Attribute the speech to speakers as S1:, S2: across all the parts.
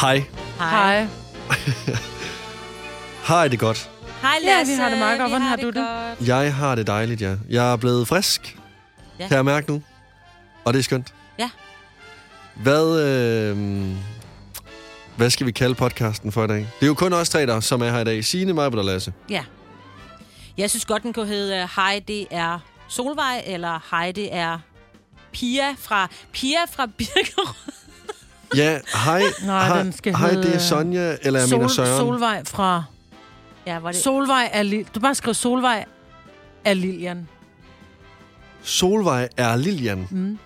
S1: Hej.
S2: Hej.
S1: Har I det godt?
S3: Hej
S2: Ja,
S3: Lasse.
S2: vi har det meget godt.
S3: Vi
S2: Hvordan har du det?
S3: godt.
S1: Jeg har det dejligt, ja. Jeg er blevet frisk, ja.
S3: Ja.
S1: kan jeg mærke nu. Og det er skønt.
S3: Ja.
S1: Hvad, øh, hvad skal vi kalde podcasten for i dag? Det er jo kun os tre, der som er her i dag. Signe, mig og Lasse.
S3: Ja. Jeg synes godt, den kunne hedde øh, Hej, det er Solvej, eller Hej, det er Pia fra, Pia fra Birkerød.
S1: Ja, hej.
S2: Nej,
S1: hej,
S2: den skal
S1: hej, det er
S2: hedde,
S1: Sonja, eller jeg mener
S2: Sol,
S1: Søren.
S2: Solvej fra...
S3: Ja, var det?
S2: Solvej er Lil... Du bare skriver Solvej er Lilian.
S1: Solvej er Lilian.
S2: Mm.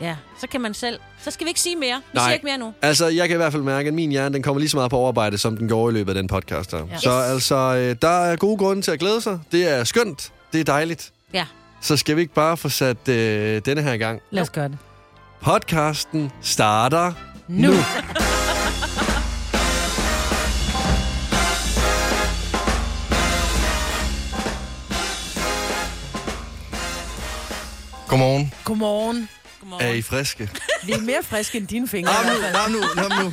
S3: Ja, så kan man selv. Så skal vi ikke sige mere. Vi
S1: Nej.
S3: siger ikke mere nu.
S1: Altså, jeg kan i hvert fald mærke, at min hjerne den kommer lige så meget på overarbejde, som den går i løbet af den podcast her. Ja.
S2: Ja.
S1: Så
S3: Yes.
S1: altså, øh, der er gode grunde til at glæde sig. Det er skønt. Det er dejligt.
S3: Ja.
S1: Så skal vi ikke bare få sat øh, denne her i gang.
S2: Lad os gøre det.
S1: Podcasten starter
S2: Nu.
S1: nu. Godmorgen.
S2: Godmorgen.
S1: Er
S3: Godmorgen.
S1: I friske?
S2: Vi er mere friske end dine fingre.
S1: Nå, nu, nå, nu, nå, nu.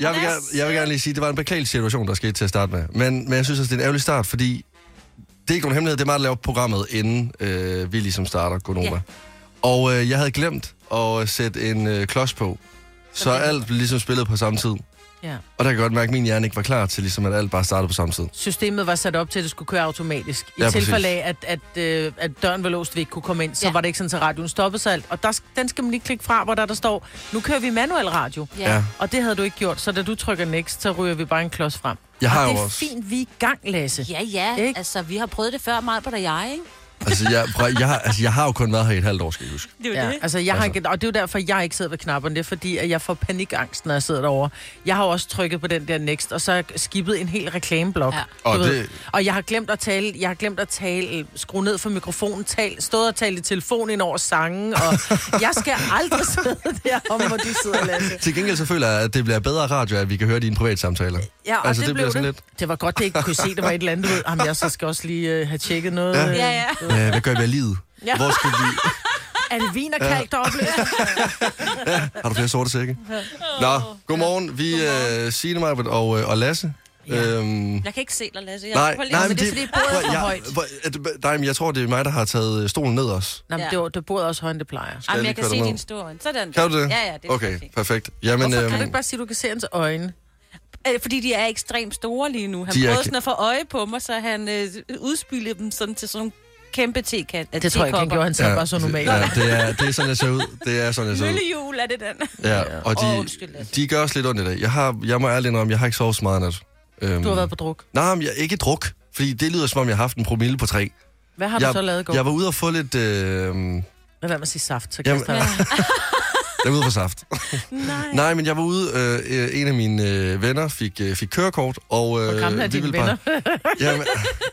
S1: Jeg vil, gerne, jeg vil gerne lige sige, at det var en beklagelig situation, der skete til at starte med. Men, men jeg synes også, det er en ærgerlig start, fordi det er ikke nogen hemmelighed. Det er mig, der laver programmet, inden øh, vi ligesom starter Gonova.
S3: Ja.
S1: Og øh, jeg havde glemt at sætte en øh, klods på, så
S3: Okay.
S1: alt blev ligesom spillet på samme tid.
S2: Ja.
S1: Og der kan jeg godt mærke, at min hjerne ikke var klar til, ligesom, at alt bare startede på samme tid.
S2: Systemet var sat op til, at det skulle køre automatisk. I
S1: Ja,
S2: ja,
S1: præcis.
S2: tilfælde af, at, at, øh, at døren var låst, vi ikke kunne komme ind, så
S3: Ja.
S2: ja. var det ikke sådan, at radioen stoppede sig alt. Og der, sk- den skal man lige klikke fra, hvor der, der står, nu kører vi manuel radio.
S1: Ja.
S3: Ja.
S2: Og det havde du ikke gjort, så da du trykker next, så ryger vi bare en klods frem.
S1: Jeg har
S2: og det
S1: jo
S2: er
S1: også-
S2: fint, vi er i gang, Lasse.
S3: Ja, ja.
S2: Ikke?
S3: Altså, vi har prøvet det før, meget på dig jeg, ikke?
S1: Altså, jeg, prøv, jeg, har, altså, jeg har jo kun været her i et halvt år, skal I huske.
S3: Det
S2: Ja, altså jeg har ikke, og det er jo derfor, jeg ikke sidder ved knapperne. Det er fordi, at jeg får panikangst, når jeg sidder derovre. Jeg har jo også trykket på den der next, og så har jeg skippet en hel reklameblok.
S3: Ja.
S2: Ja.
S1: Og
S2: Og,
S1: det-
S2: og jeg har glemt at tale, jeg har glemt at tale, øh, skrue ned for mikrofonen, tal, stået og tale i telefonen ind over sangen, og jeg skal aldrig sidde deromme, hvor du sidder, Lasse.
S1: Til gengæld så føler jeg, at det bliver bedre radio, at vi kan høre dine private samtaler.
S2: Ja, og
S1: altså,
S2: det,
S1: det, bliver
S2: blev
S1: sådan
S2: det.
S1: lidt...
S2: Det var godt, det ikke kunne se, det var et eller andet ud. Jamen, jeg så skal også lige øh, have tjekket noget.
S1: Ja.
S2: Øh,
S3: Ja, ja.
S1: Øh, hvad gør vi af livet? Ja.
S2: Ja.
S1: Hvor skal vi...
S2: Er det vin og kalk, der oplever?
S1: Har du flere sorte sække? Nå, godmorgen. Vi er uh, Signe Marbet og, øh, og Lasse. Ja. Øhm,
S3: Jeg kan ikke se dig, Lasse. Jeg
S1: nej,
S3: prøver lige-
S1: nej,
S3: Altså,
S1: men det,
S2: fordi bordet er
S1: prøv,
S2: for
S1: jeg,
S2: højt.
S1: hvor- at- nej, men jeg tror, det er mig, der har taget øh, stolen ned også.
S2: Nå, men det, var, det bor også højere, end det plejer.
S3: Ej, men
S1: lige
S3: jeg kan
S1: køre
S3: se
S1: dig ned.
S3: din store. Sådan.
S1: Kan du det?
S3: Ja, ja, det er
S1: Okay,
S3: perfekt.
S1: perfekt. Jamen,
S2: Hvorfor kan du
S1: øhm,
S2: ikke bare sige, at du kan se hans øjne?
S3: Øh, Fordi de er ekstremt store lige nu. Han
S1: De er
S3: prøvede
S1: ke-
S3: sådan at få øje på mig, så han øh, udspylede dem sådan til sådan nogle kæmpe tekat.
S2: Det tror jeg ikke, han gjorde. Han sad ja, bare så normalt.
S1: ja, det, er, det er sådan, jeg ser ud. Det er sådan, jeg ser ud.
S3: Møllehjul er det den.
S1: Ja, og
S3: Åh,
S1: de,
S3: undskyld, Lasse.
S1: de gør os lidt ondt i dag. Jeg, har, jeg må ærligt indrømme, jeg har ikke sovet så meget i nat. Øhm,
S2: Du har været på druk.
S1: Nej, men jeg ikke druk, fordi det lyder, som om jeg har haft en promille på tre.
S2: Hvad har du
S1: jeg,
S2: så lavet i går?
S1: Jeg var ude og få lidt... Øh,
S2: Lad være med at sige saft, så
S1: Jamen- øh,
S2: kaster jeg
S3: altså,
S2: dig.
S1: Jeg er ude for saft. Nej. Nej, men jeg var ude. Øh, øh, en af mine øh, venner fik, øh, fik kørekort, og... Øh,
S2: Hvor gamle er
S1: vi
S2: dine
S1: ville bare- Jamen,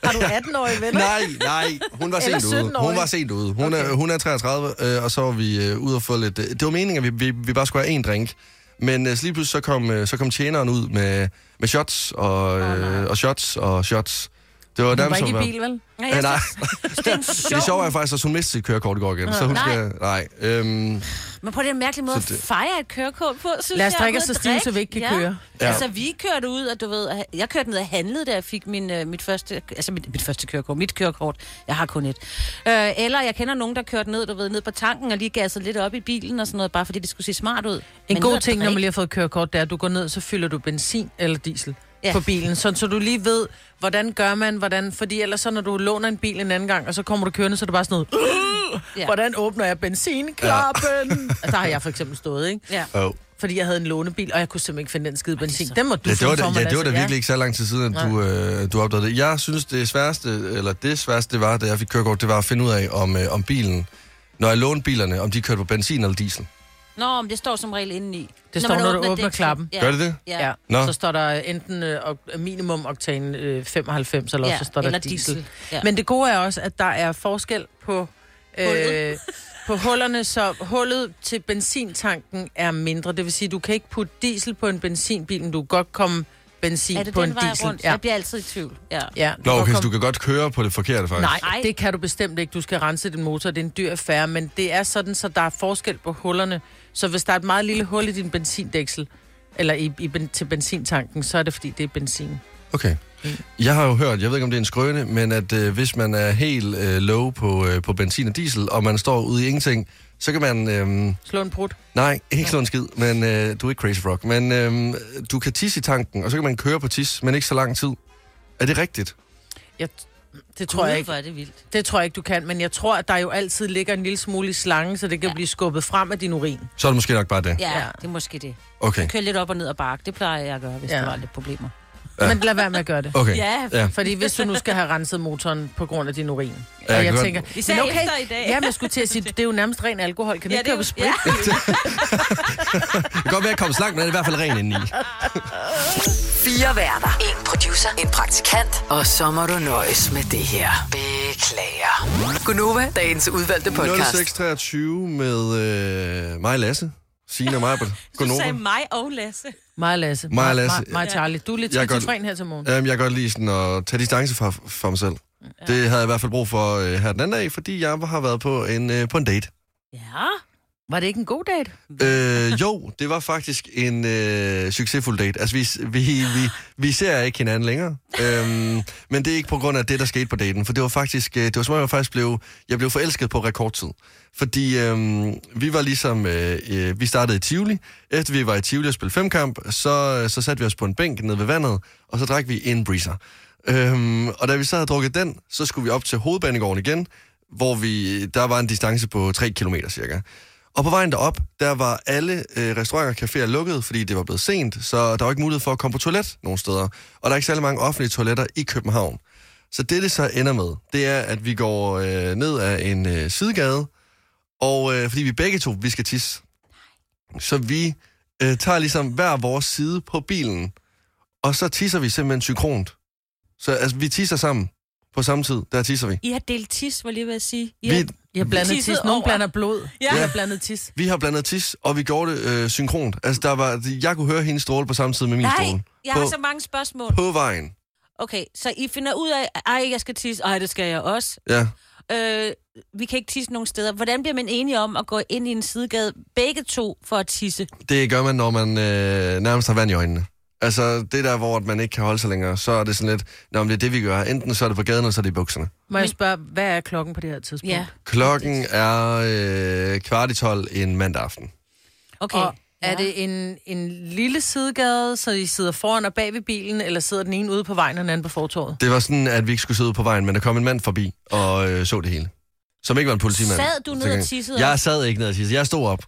S2: Har du 18-årige venner?
S1: nej, nej. Hun var
S2: Eller
S1: sent ude. Hun
S2: 17-årig.
S1: var sent ude. Hun, okay. er,
S2: Okay.
S1: hun er 33, øh, og så var vi øh, ude og få lidt... Øh, det var meningen, at vi, vi, vi bare skulle have en drink. Men øh, så lige pludselig så kom, øh, så kom tjeneren ud med, med shots og, øh, og shots og shots. Det var
S2: Du var
S1: nærmest
S2: ikke
S1: som at-
S2: i bil, vel?
S3: Nej,
S1: Ja,
S3: jeg
S1: nej,
S3: synes, det er en
S1: det
S3: sjov.
S1: sjove er faktisk, at hun mistede sit kørekort i går igen. Så hun
S3: Nej.
S1: skal... Nej. Øhm,
S3: Men på den mærkelige måde
S1: Så
S3: at
S1: det-
S3: fejre et kørekort på, synes
S2: Lad os
S3: jeg,
S2: drikke
S3: med
S2: os så
S3: at
S2: stive,
S3: drikke.
S2: så vi ikke kan
S3: ja.
S2: køre.
S1: Ja.
S3: Ja. Altså, vi kørte ud, og du ved, jeg kørte ned og handlede, da jeg fik min, øh, mit første, altså mit, mit første kørekort, mit kørekort, jeg har kun et. Øh, eller jeg kender nogen, der kørte ned, du ved, ned på tanken og lige gassede lidt op i bilen og sådan noget, bare fordi det skulle se smart ud.
S2: En
S3: Men
S2: god
S3: ned og
S2: ting, når
S3: drikke-
S2: man lige har fået kørekort, det er, at du går ned, så fylder du benzin eller diesel
S3: Ja.
S2: ja. på bilen, sådan, så du lige ved, hvordan gør man, hvordan, fordi ellers så, når du låner en bil en anden gang, og så kommer du kørende, så er det bare sådan noget,
S3: Ja.
S2: ja. hvordan åbner jeg benzinklappen? Ja. Der har jeg for eksempel stået, ikke?
S3: Ja.
S1: oh.
S2: Fordi jeg havde en lånebil, og jeg kunne simpelthen ikke finde den skide benzin. Den må du
S1: Ja, det var
S2: finde
S1: da,
S2: for mig,
S1: ja, det var da
S2: Lasse.
S1: virkelig ikke så lang tid siden, at du, øh, du opdagede det. Jeg synes, det sværeste, eller det sværeste, det var, da jeg fik kørekort, det var at finde ud af, om, øh, om bilen, når jeg lånte bilerne, om de kørte på benzin eller diesel.
S3: Nå, men det står som regel indeni.
S2: Det står, når du åbner
S3: dæksel.
S2: klappen.
S3: Ja.
S1: Gør det det?
S3: Ja.
S2: Ja,
S3: ja.
S1: Nå.
S2: Nå. så står der enten øh, ok- minimum oktan øh, 95, eller
S3: Ja,
S2: ja, så står der
S3: eller
S2: diesel.
S3: diesel.
S2: diesel.
S3: Ja.
S2: Ja. Men det gode er også, at der er forskel på, øh,
S3: Hullet.
S2: på hullerne, så hullet til benzintanken er mindre. Det vil sige, du kan ikke putte diesel på en benzinbil, men du kan godt komme benzin
S3: Er det
S2: på
S3: den
S2: en
S3: vej
S2: diesel.
S3: rundt? Ja.
S2: Ja.
S3: Jeg bliver altid i tvivl. Ja.
S2: Ja,
S1: Nå,
S2: kan
S1: okay, så
S2: komme-
S1: du kan godt køre på det forkerte, faktisk.
S2: Nej,
S3: Ej.
S2: Ej. det kan du bestemt ikke. Du skal rense din motor. Det er en dyr affære, men det er sådan, så der er forskel på hullerne. Så hvis der er et meget lille hul i din benzindæksel, eller i, i, ben- til benzintanken, så er det, fordi det er benzin.
S1: Okay. Jeg har jo hørt, jeg ved ikke om det er en skrøne, men at øh, hvis man er helt øh, low på, øh, på benzin og diesel, og man står ude i ingenting, så kan man... Øh,
S2: Slå en brud.
S1: nej, ikke slå en skid, men øh, du er ikke Crazy Frog. Men øh, du kan tisse i tanken, og så kan man køre på tis, men ikke så lang tid. Er det rigtigt?
S2: Jeg, det tror jeg ikke.
S3: Hvor er det vildt.
S2: Det tror jeg ikke, du kan, men jeg tror, at der jo altid ligger en lille smule i slangen, så det kan ja. blive skubbet frem af din urin.
S1: Så er det måske nok bare det.
S3: Ja,
S2: Ja.
S3: ja, det er måske det.
S1: Okay.
S3: Kør lidt op og ned og bakke. Det plejer jeg at gøre, hvis
S2: Ja.
S3: ja. der var lidt problemer.
S2: Ja. Men lad være med at gøre det.
S1: Okay.
S3: Ja,
S1: ja.
S2: Fordi hvis du nu skal have renset motoren på grund af din urin. Ja,
S1: jeg
S2: og jeg
S1: kan godt-
S2: tænker,
S3: Især
S2: men
S3: efter i dag.
S2: Jamen, jeg skulle til at sige, det er jo nærmest ren alkohol. Kan ja,
S3: ja,
S2: ikke købe sprit? Ja.
S1: Det kan godt være, at jeg kom langt, men det er i hvert fald ren indeni.
S4: Fire værter. En producer. En praktikant. Og så må du nøjes med det her. Beklager. Gunova, dagens udvalgte podcast.
S1: 0623 med øh, mig, Lasse, Signe og Majbert.
S3: Du
S1: Godnova.
S3: sagde mig og Lasse.
S2: Mig og Lasse.
S1: Mig og Lasse.
S2: Mig, mig og Charlie. Du er lidt
S1: Jeg er godt-
S2: skizofren her til morgen.
S1: Øhm, jeg kan godt lide sådan at tage distance fra, fra mig selv. Ja. Det havde jeg i hvert fald brug for øh, her den anden dag, fordi jeg har været på en, øh, på en date.
S3: Ja.
S2: Var det ikke en god date?
S1: Øh, jo, det var faktisk en øh, succesfuld date. Altså, vi, vi, vi, vi ser ikke hinanden længere. Øhm, men det er ikke på grund af det, der skete på daten. For det var faktisk, øh, det var som om jeg faktisk blev, jeg blev forelsket på rekordtid. Fordi øh, vi var ligesom, øh, øh, vi startede i Tivoli. Efter vi var i Tivoli og spillede femkamp, så, øh, så satte vi os på en bænk nede ved vandet, og så drak vi en breezer. Øhm, og da vi så havde drukket den, så skulle vi op til hovedbanegården igen, hvor vi, der var en distance på 3 km cirka. Og på vejen derop, der var alle øh, restauranter og caféer lukket, fordi det var blevet sent, så der var ikke mulighed for at komme på toilet nogen steder. Og der er ikke særlig mange offentlige toiletter i København. Så det, det så ender med, det er, at vi går øh, ned ad en øh, sidegade, og øh, fordi vi begge to, vi skal tisse. Så vi øh, tager ligesom hver vores side på bilen, og så tisser vi simpelthen synkront. Så altså, vi tisser sammen på samme tid, der tisser vi.
S3: I har delt tis, var jeg lige ved at sige. I
S1: Vi,
S3: har...
S2: Jeg har blandet
S3: Tisset
S2: tis. Nogen
S3: over.
S2: blander blod. Ja.
S3: Ja.
S2: Jeg har blandet tis.
S1: vi har blandet tis, og vi gjorde det øh, synkront. Altså, der var, jeg kunne høre hendes stråle på samme tid med min
S3: Nej,
S1: stråle.
S3: jeg
S1: på,
S3: har så mange spørgsmål.
S1: på vejen.
S3: Okay, så I finder ud af, ej, jeg skal tisse, ej, det skal jeg også.
S1: Ja.
S3: Øh, vi kan ikke tisse nogen steder. Hvordan bliver man enige om at gå ind i en sidegade, begge to, for at tisse?
S1: Det gør man, når man øh, nærmest har vand i øjnene. Altså, det der, hvor at man ikke kan holde sig længere, så er det sådan lidt, Nå, men det er det, vi gør. Enten så er det på gaden, eller så er det i bukserne.
S2: Må jeg spørge, hvad er klokken på det her tidspunkt?
S3: Ja,
S1: Klokken er øh, kvart i tolv en mandag aften.
S3: okay.
S2: Og er det en, en lille sidegade, så I sidder foran og bag ved bilen, eller sidder den ene ude på vejen og den anden på fortorvet?
S1: Det var sådan, at vi ikke skulle sidde ude på vejen, men der kom en mand forbi og øh, så det hele. Som ikke var en politimand.
S3: Sad du ned
S1: Så-
S3: og tissede
S1: Jeg
S3: også?
S1: sad ikke ned og tissede. Jeg stod op.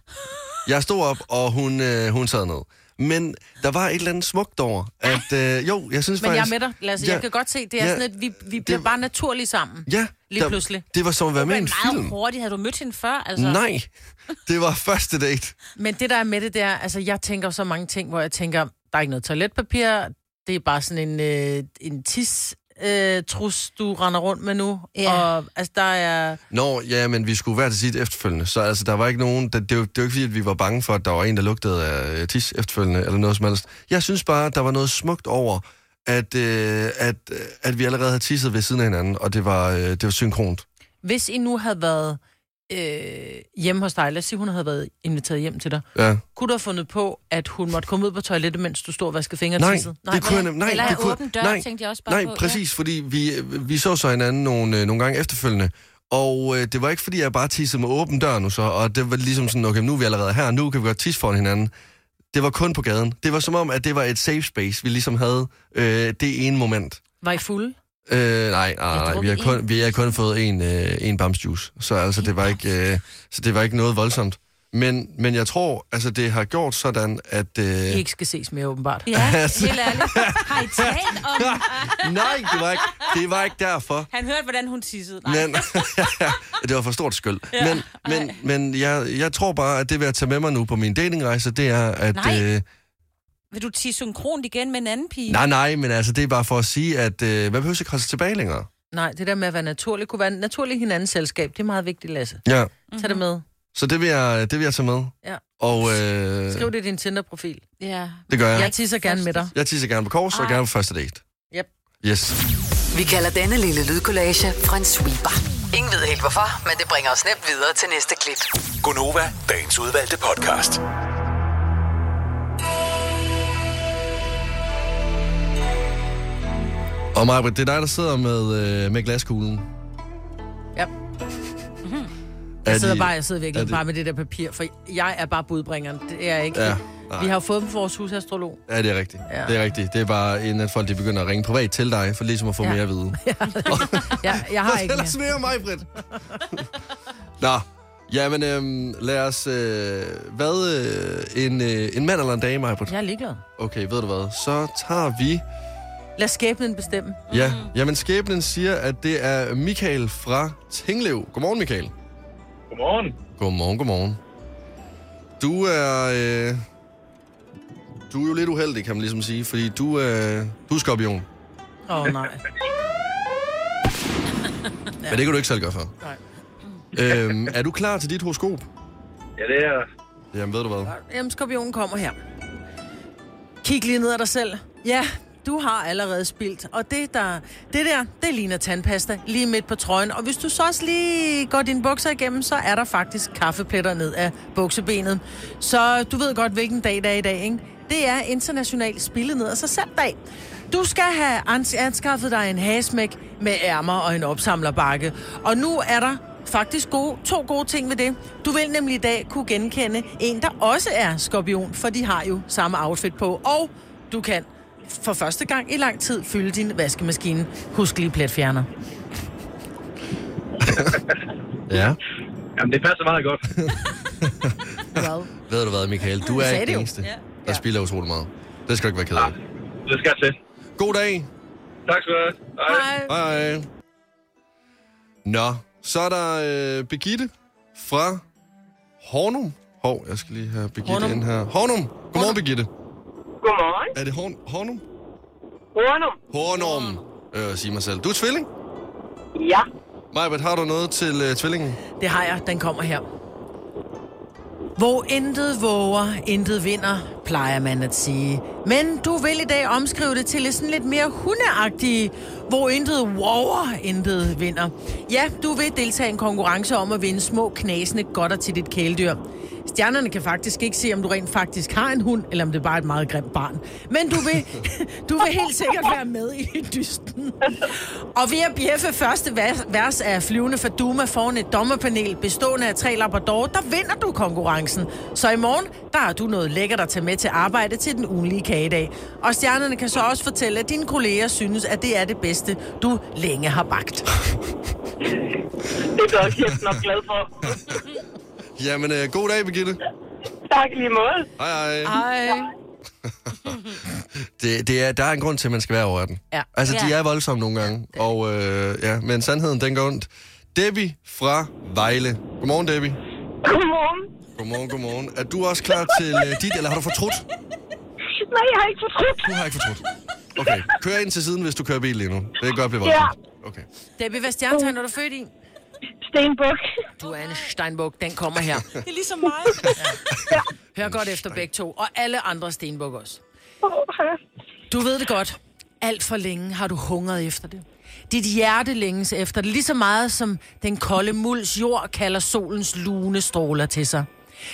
S1: Jeg stod op, og hun, øh, hun sad ned. Men der var et eller andet smukt over, at... Øh, jo, jeg synes
S2: Men jeg er
S1: faktisk...
S2: med dig, Lasse.
S1: Ja.
S2: Jeg kan godt se, det er
S1: Ja.
S2: sådan, at vi, vi bliver
S1: Det-
S2: bare naturlige sammen.
S1: Ja.
S2: Lige
S1: der-
S2: pludselig.
S1: Det var som at være med i
S3: Men
S1: en
S3: meget
S1: film.
S3: hurtigt. Havde du mødt hende før? Altså?
S1: Nej, det var første date.
S2: Men det, der er med det, det er, altså, jeg tænker jo så mange ting, hvor jeg tænker, der er ikke noget toiletpapir, det er bare sådan en, øh, en tis, øh, trus, du render rundt med nu. Ja.
S3: Ja.
S2: Og altså, der er...
S1: Nå, ja, men vi skulle være til sit efterfølgende, så altså, der var ikke nogen... Det, det, var, det var ikke fordi, at vi var bange for, at der var en, der lugtede af øh, tis efterfølgende, eller noget som helst. Jeg synes bare, der var noget smukt over, at, øh, at, øh, at vi allerede havde tisset ved siden af hinanden, og det var, øh, det var synkront.
S2: Hvis I nu havde været øh, hjemme hos dig, lad os sige, hun havde været inviteret hjem til dig,
S1: Ja.
S2: kunne du have fundet på, at hun måtte komme ud på toilettet, mens du stod og vaskede fingre og
S1: Nej,
S2: tissede?
S1: det kunne jeg
S2: vel?
S1: nem- nej,
S3: Eller
S1: det
S3: have
S1: kunne,
S3: åben dør,
S1: nej,
S3: tænkte jeg også bare
S1: nej,
S3: på. Ja.
S1: præcis, fordi vi, øh, vi så så hinanden nogle, øh, nogle gange efterfølgende, og øh, det var ikke, fordi jeg bare tissede med åben dør nu så, og det var ligesom sådan, okay, nu er vi allerede her, nu kan vi godt tisse foran hinanden. Det var kun på gaden. Det var som om, at det var et safe space, vi ligesom havde øh, det ene moment.
S2: Var I fulde?
S1: Øh, nej, nej, nej, vi har
S3: drukket
S1: kun, vi har kun fået en, øh, en bamsjuice, så altså, det var, ikke, øh, så det var ikke noget voldsomt. Men, men jeg tror, altså, det har gjort sådan, at... Øh,
S2: I ikke skal ses mere, åbenbart.
S3: Ja,
S1: Altså.
S3: helt ærligt. Har I talt om...
S1: Nej, det var ikke, det var ikke derfor.
S3: Han hørte, hvordan hun tissede. Nej.
S1: Men, det var for stort skyld. Ja, men men, men jeg, jeg tror bare, at det vil jeg tage med mig nu på min datingrejse, det er, at...
S3: Nej.
S1: Øh,
S3: Vil du tisse synkront igen med en anden pige?
S1: nej, nej, men altså, det er bare for at sige, at øh, man behøver ikke holde sig tilbage længere.
S2: Nej, det der med at være naturlig, kunne være naturlig i hinandens selskab, det er meget vigtigt, Lasse.
S1: Ja,
S2: Tag det med.
S1: så det vil jeg, det vil jeg tage med.
S2: Mhm. Ja.
S1: Og øh,
S2: Skriv det i din Tinder-profil.
S3: Ja.
S1: det gør jeg.
S2: Jeg tisser gerne med dig.
S1: Jeg tisser gerne på kors, og gerne på første date.
S2: Yep.
S1: Yes.
S4: Vi kalder denne lille lydkollage en sweeper. Ingen ved helt hvorfor, men det bringer os nemt videre til næste klip.
S5: Gunova, dagens udvalgte podcast.
S1: Og Maja, det er dig, der sidder med, øh, med glaskuglen.
S2: Ja.
S1: Er
S2: Jeg sidder
S1: de-
S2: bare, jeg sidder virkelig
S1: er de-
S2: bare med det der papir, for jeg er bare budbringeren. Det er jeg ikke.
S1: Ja,
S2: Ja,
S1: nej.
S2: vi har jo fået dem for vores husastrolog.
S1: Ja, det er rigtigt. Ja.
S2: Ja.
S1: Det er rigtigt. Det er bare, inden at folk de begynder at ringe privat til dig, for ligesom at få ja.
S2: Ja.
S1: mere at vide.
S2: Jeg, jeg har ikke mere.
S1: Ellers mere mig, Britt. Nå, jamen øhm, lad os... Øh, hvad? Øh, en, øh, en mand eller en dame, Maja,
S2: Jeg er ligeglad.
S1: Okay, ved du hvad? Så tager vi...
S2: Lad skæbnen bestemme.
S1: Ja, jamen skæbnen siger, at det er Michael fra Tinglev. Godmorgen, Michael.
S5: Godmorgen.
S1: Godmorgen, godmorgen. Du er... Øh, du er jo lidt uheldig, kan man ligesom sige, fordi du, øh, du er skorpion. Ja.
S2: Åh oh, nej.
S1: Men det kan du ikke selv gøre for.
S2: Nej.
S1: Øhm, er du klar til dit horoskop?
S5: Ja, det er...
S1: Jamen, ved du hvad?
S2: Jamen, skorpionen kommer her. Kig lige ned ad dig selv. Ja, du har allerede spildt. Og det, der, det der, det ligner tandpasta lige midt på trøjen. Og hvis du så også lige går dine bukser igennem, så er der faktisk kaffepletter ned af buksebenet. Så du ved godt, hvilken dag det er i dag, ikke? Det er international spille ned af sig selv dag. Du skal have ans- anskaffet dig en hasmæk med ærmer og en opsamlerbakke. Og nu er der faktisk gode, to gode ting ved det. Du vil nemlig i dag kunne genkende en, der også er skorpion, for de har jo samme outfit på. Og du kan for første gang i lang tid fylde din vaskemaskine. Husk lige pletfjerner.
S1: Ja.
S5: Jamen, det passer meget godt.
S2: Wow.
S1: Ved du hvad, Michael? Du er ikke
S2: sagde det
S1: den
S2: jo.
S1: eneste,
S3: Ja.
S1: der spiller utrolig meget. Det skal du ikke være ked af.
S5: Det skal til.
S1: God dag.
S5: Tak skal du have. Hej.
S2: Hej.
S1: Hej. Nå, så er der øh, Begitte fra Hornum. Hov, jeg skal lige have Begitte
S2: Hornum.
S1: ind her. Hornum. Godmorgen, Begitte.
S6: Godmorgen.
S1: Er det Horn Hornum?
S6: Ornum.
S1: Hornum. Øh, sig mig selv. Du er tvilling?
S6: Ja.
S1: Majbert, har du noget til øh, tvillingen?
S2: Det har jeg. Den kommer her. Hvor intet våger, intet vinder, plejer man at sige. Men du vil i dag omskrive det til et sådan lidt mere hundeagtige, hvor intet wower, intet vinder. Ja, du vil deltage i en konkurrence om at vinde små knasende godter til dit kæledyr. Stjernerne kan faktisk ikke se, om du rent faktisk har en hund, eller om det bare er et meget grimt barn. Men du vil, du vil helt sikkert være med i dysten. Og ved at bjeffe første vers- vers af Flyvende for Duma foran et dommerpanel bestående af tre labrador, der vinder du konkurrencen. Så i morgen, der har du noget lækkert at tage med til arbejde til den ugenlige kagedag. Og stjernerne kan så også fortælle, at dine kolleger synes, at det er det bedste, du længe har bagt.
S6: Det er godt, jeg er nok glad for.
S1: Jamen, øh, god dag, Begitte.
S6: Tak i lige måde.
S1: Hej, hej.
S2: Ej.
S1: Det, det er, der er en grund til, at man skal være over den.
S2: Ja.
S1: Altså, de
S3: Ja.
S1: er voldsomme nogle gange. Og øh, ja, men sandheden, den går ondt. Debbie fra Vejle. Godmorgen, Debbie.
S6: Godmorgen.
S1: Godmorgen, godmorgen. Er du også klar til øh, dit, eller har du fortrudt?
S6: Nej, jeg har ikke fortrudt.
S1: Du har ikke fortrudt. Okay, kør ind til siden, hvis du kører bil lige nu. Det kan godt blive voldsomt. Okay.
S2: Debbie, hvad stjernetegn er du født i?
S6: Stenbuk.
S2: Du er en Steinbuk, den kommer her.
S3: Det er ligesom mig.
S2: Hør godt efter begge to, og alle andre Stenbuk også.
S6: Åh,
S2: Du ved det godt. Alt for længe har du hungret efter det. Dit hjerte længes efter det, lige så meget som den kolde mulds jord kalder solens lune stråler til sig.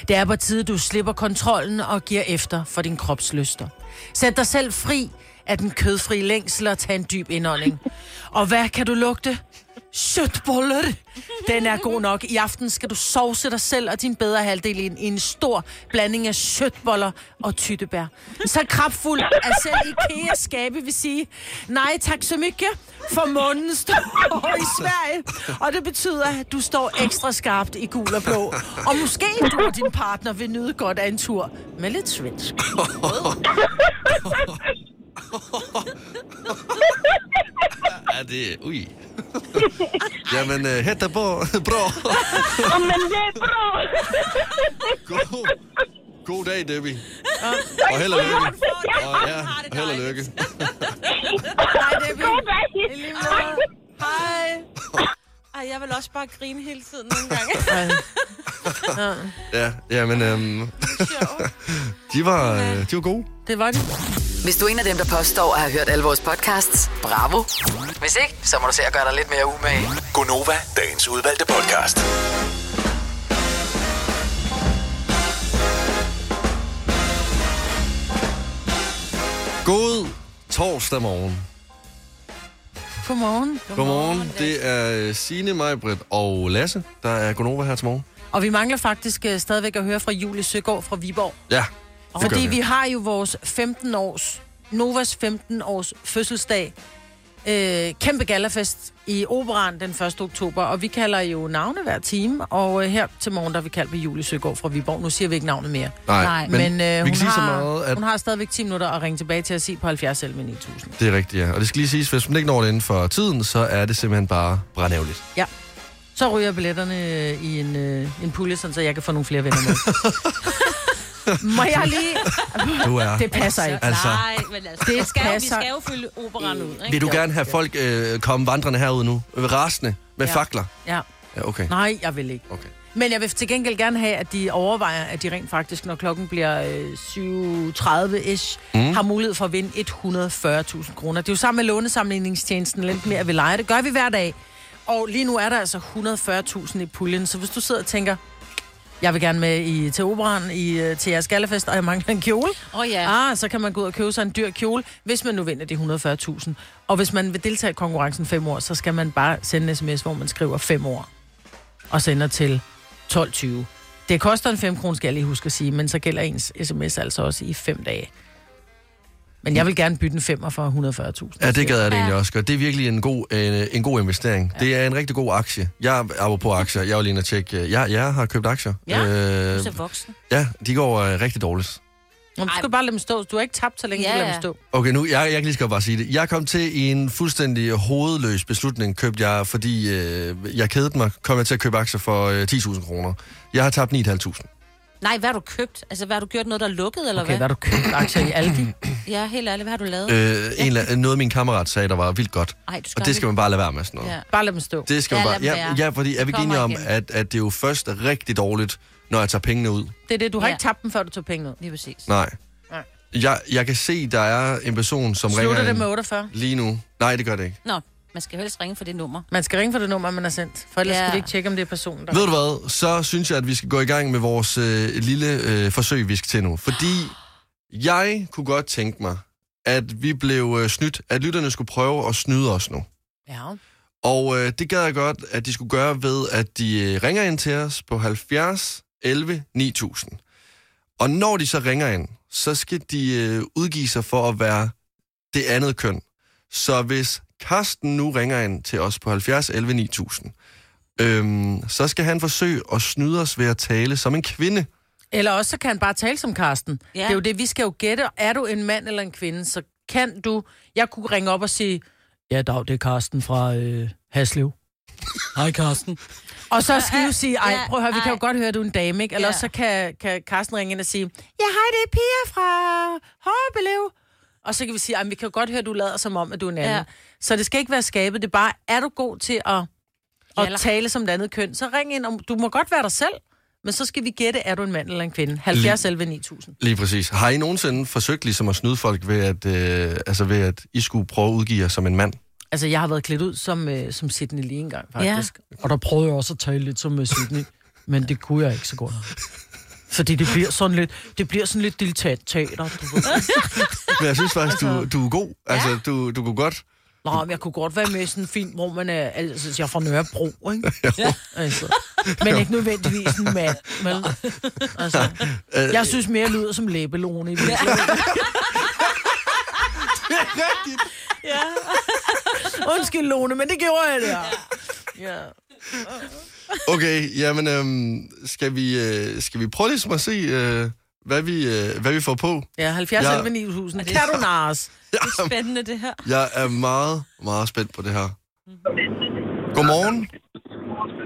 S2: Det er på tide, du slipper kontrollen og giver efter for din krops lyster. Sæt dig selv fri af den kødfri længsel og tag en dyb indånding. Og hvad kan du lugte? Sødboller. Den er god nok. I aften skal du sovse dig selv og din bedre halvdel i en, i en stor blanding af sødboller og tyttebær. Så krabfuld, at selv IKEA skabe vil sige, nej tak så mycket, for månen står i Sverige. Og det betyder, at du står ekstra skarpt i gul og blå. Og måske du og din partner vil nyde godt af en tur med lidt svensk.
S1: Ja, det er... Ui. Jamen, øh, hæt dig på. Bra.
S6: men det er bra.
S1: God, god dag, Debbie. Og held og lykke. Og, ja, og held og lykke.
S2: Hej, Debbie.
S6: God dag.
S2: Hej.
S3: Ej, jeg vil også bare grine hele tiden nogle gange.
S1: Ja, jamen, øhm, de, var, øh, de var gode.
S2: Det var det.
S4: Hvis du er en af dem, der påstår at have hørt alle vores podcasts, bravo. Hvis ikke, så må du se at gøre dig lidt mere umage.
S7: Gonova, dagens udvalgte podcast.
S1: God torsdag morgen.
S2: Godmorgen.
S1: Godmorgen. Det er øh, Signe, Majbrit og Lasse, der er Gonova her til morgen.
S2: Og vi mangler faktisk øh, stadigvæk at høre fra Julie Søgaard fra Viborg.
S1: Ja,
S2: Og
S1: det gør
S2: fordi vi har jo vores 15 års, Novas 15 års fødselsdag, øh, kæmpe galafest i Operan den 1. oktober, og vi kalder jo navne hver time, og øh, her til morgen, der har vi kaldt ved Julie Søgaard fra Viborg. Nu siger vi ikke navnet mere.
S1: Nej,
S3: Nej,
S1: men,
S2: Men, øh,
S1: vi
S2: hun,
S1: kan sige
S2: har,
S1: så meget, at
S2: hun har stadigvæk 10 minutter at ringe tilbage til at se på 70 11 9000.
S1: det er rigtigt, ja. Og det skal lige siges, hvis man ikke når det inden for tiden, så er det simpelthen bare brændævligt.
S2: Så ryger billetterne øh, i en, øh, en pulje, sådan, så jeg kan få nogle flere venner med. Må jeg lige...
S1: Du er...
S2: Det passer ikke.
S1: Altså,
S3: Nej, men altså, det skal, jo- vi
S2: passer-
S3: skal jo fylde operan ud, ikke?
S1: vil du gerne have folk øh, komme vandrende herud nu? Rasende med
S2: Ja.
S1: fakler?
S2: Ja.
S1: Ja, okay.
S2: Nej, jeg vil ikke.
S1: okay.
S2: Men jeg vil til gengæld gerne have, at de overvejer, at de rent faktisk, når klokken bliver øh, 7.30-ish, mm. har mulighed for at vinde 140.000 kroner. Det er jo sammen med lånesammenligningstjenesten lidt mere, at vi leger. Det gør vi hver dag. Og lige nu er der altså 140.000 i puljen, så hvis du sidder og tænker, jeg vil gerne med i, til operan i, øh, til jeres gallefest, og jeg mangler en kjole.
S3: Åh oh, ja.
S2: Ah, så kan man gå ud og købe sig en dyr kjole, hvis man nu vinder de 140.000. Og hvis man vil deltage i konkurrencen fem år, så skal man bare sende en sms, hvor man skriver fem år. Og sender til 12.20. Det koster en 5 kroner, skal jeg lige huske at sige, men så gælder ens sms altså også i 5 dage. Men jeg vil gerne bytte en femmer for 140.000.
S1: Ja, det gad jeg det egentlig også godt. Det er virkelig en god, øh, en, en god investering. Ja. Det er en rigtig god aktie. Jeg er på aktier. Jeg var lige inde og tjekke. øh, Jeg, jeg har købt aktier.
S3: Ja,
S1: øh,
S3: Du er så voksen.
S1: ja de går øh, rigtig dårligt.
S2: Nå, men Du skal bare lade dem stå. Du har ikke tabt, så længe
S3: Ja,
S2: du lader
S3: ja.
S2: dem stå.
S1: Okay, nu, jeg, jeg kan lige skal bare sige det. Jeg kom til i en fuldstændig hovedløs beslutning, købte jeg, fordi øh, jeg kedede mig, kom jeg til at købe aktier for øh, 10.000 kroner. Jeg har tabt 9.500.
S3: Nej, hvad har du købt? Altså, hvad har du gjort? Noget, der er lukket, eller
S2: Okay, hvad
S3: hvad?
S2: har du købt aktier i Aldi?
S3: Ja, helt ærligt, hvad har du lavet?
S1: Øh, en, eller- noget min kammerat sagde, der var vildt godt.
S3: Ej, du skal
S1: Og det skal man bare lade være med sådan noget.
S3: Ja.
S2: Bare lad dem stå.
S1: Det skal man
S3: Ja,
S1: bare...
S3: lad dem
S1: Ja,
S3: være.
S1: ja, fordi er vi ikke
S3: Kommer
S1: enige om,
S3: igen.
S1: at, at det er jo først rigtig dårligt, når jeg tager pengene ud?
S2: Det er det, du har
S3: Ja.
S2: ikke tabt dem, før du tog penge ud.
S3: Lige præcis.
S1: Nej.
S2: Nej.
S1: Jeg, jeg kan se, der er en person, som
S2: Slutter
S1: ringer
S2: det
S1: ind
S2: med 48?
S1: lige nu. Nej, det gør det ikke.
S3: Nå, man skal jo helst ringe for det nummer.
S2: Man skal ringe for det nummer, man har sendt, for ellers
S3: Ja.
S2: ja. skal vi ikke tjekke, om det er personen, der...
S1: Ved du hvad? Så synes jeg, at vi skal gå i gang med vores øh, lille øh, forsøg, vi skal til nu. Fordi jeg kunne godt tænke mig, at vi blev øh, snydt, at lytterne skulle prøve at snyde os nu.
S2: Ja.
S1: Og øh, det gad jeg godt, at de skulle gøre ved, at de øh, ringer ind til os på 70 11 9000. Og når de så ringer ind, så skal de øh, udgive sig for at være det andet køn. Så hvis Karsten nu ringer ind til os på 70 11 9000, øhm, så skal han forsøge at snyde os ved at tale som en kvinde.
S2: Eller også så kan han bare tale som Karsten. Ja. Det er jo det, vi skal jo gætte. Er du en mand eller en kvinde, så kan du... Jeg kunne ringe op og sige, ja, dag, det er Karsten fra øh, Haslev. Hej, Karsten. Og så skal vi jo sige, ej, prøv at høre, vi kan jo godt høre, at du er en dame, ikke? Eller
S3: Ja.
S2: ja. så kan, kan Karsten ringe ind og sige, ja, hej, det er Pia fra Håbelev. Og så kan vi sige, ej, men vi kan jo godt høre, at du lader som om, at du er en anden.
S3: Ja.
S2: Ja. Så det skal ikke være skabet, det er bare, er du god til at,
S3: Jaller.
S2: at tale som et andet køn, så ring ind, om du må godt være dig selv, men så skal vi gætte, er du en mand eller en kvinde. 70 11 9000.
S1: Lige præcis. Har I nogensinde forsøgt ligesom at snyde folk ved, at, øh, altså ved, at I skulle prøve at udgive jer som en mand?
S2: Altså, jeg har været klædt ud som, øh, som Sydney lige engang, faktisk. Ja. Og der prøvede jeg også at tale lidt som uh, Sydney, men det kunne jeg ikke så godt. Fordi det bliver sådan lidt, det bliver sådan lidt dilettant-teater, du ved.
S1: Men jeg synes faktisk, du, du er god. Altså, du, du kunne godt.
S2: Nå, men jeg kunne godt være med i sådan en film, hvor man er, altså, jeg er fra Nørrebro, ikke? Ja. Altså, men ikke nødvendigvis en mand, vel? Altså,
S1: Øh,
S2: jeg synes mere, jeg lyder som læbelone i virkeligheden.
S1: Rigtigt.
S2: Undskyld, Lone, men det gjorde jeg der. Ja.
S1: Okay, jamen, øhm, skal, vi, øh, skal vi prøve ligesom at se, øh, hvad, vi, øh, hvad vi får på?
S2: Ja, 70
S1: Ja.
S2: 11 9000. Kan du nars?
S3: Spændende, det her.
S1: Jeg er meget, meget spændt på det her. Godmorgen.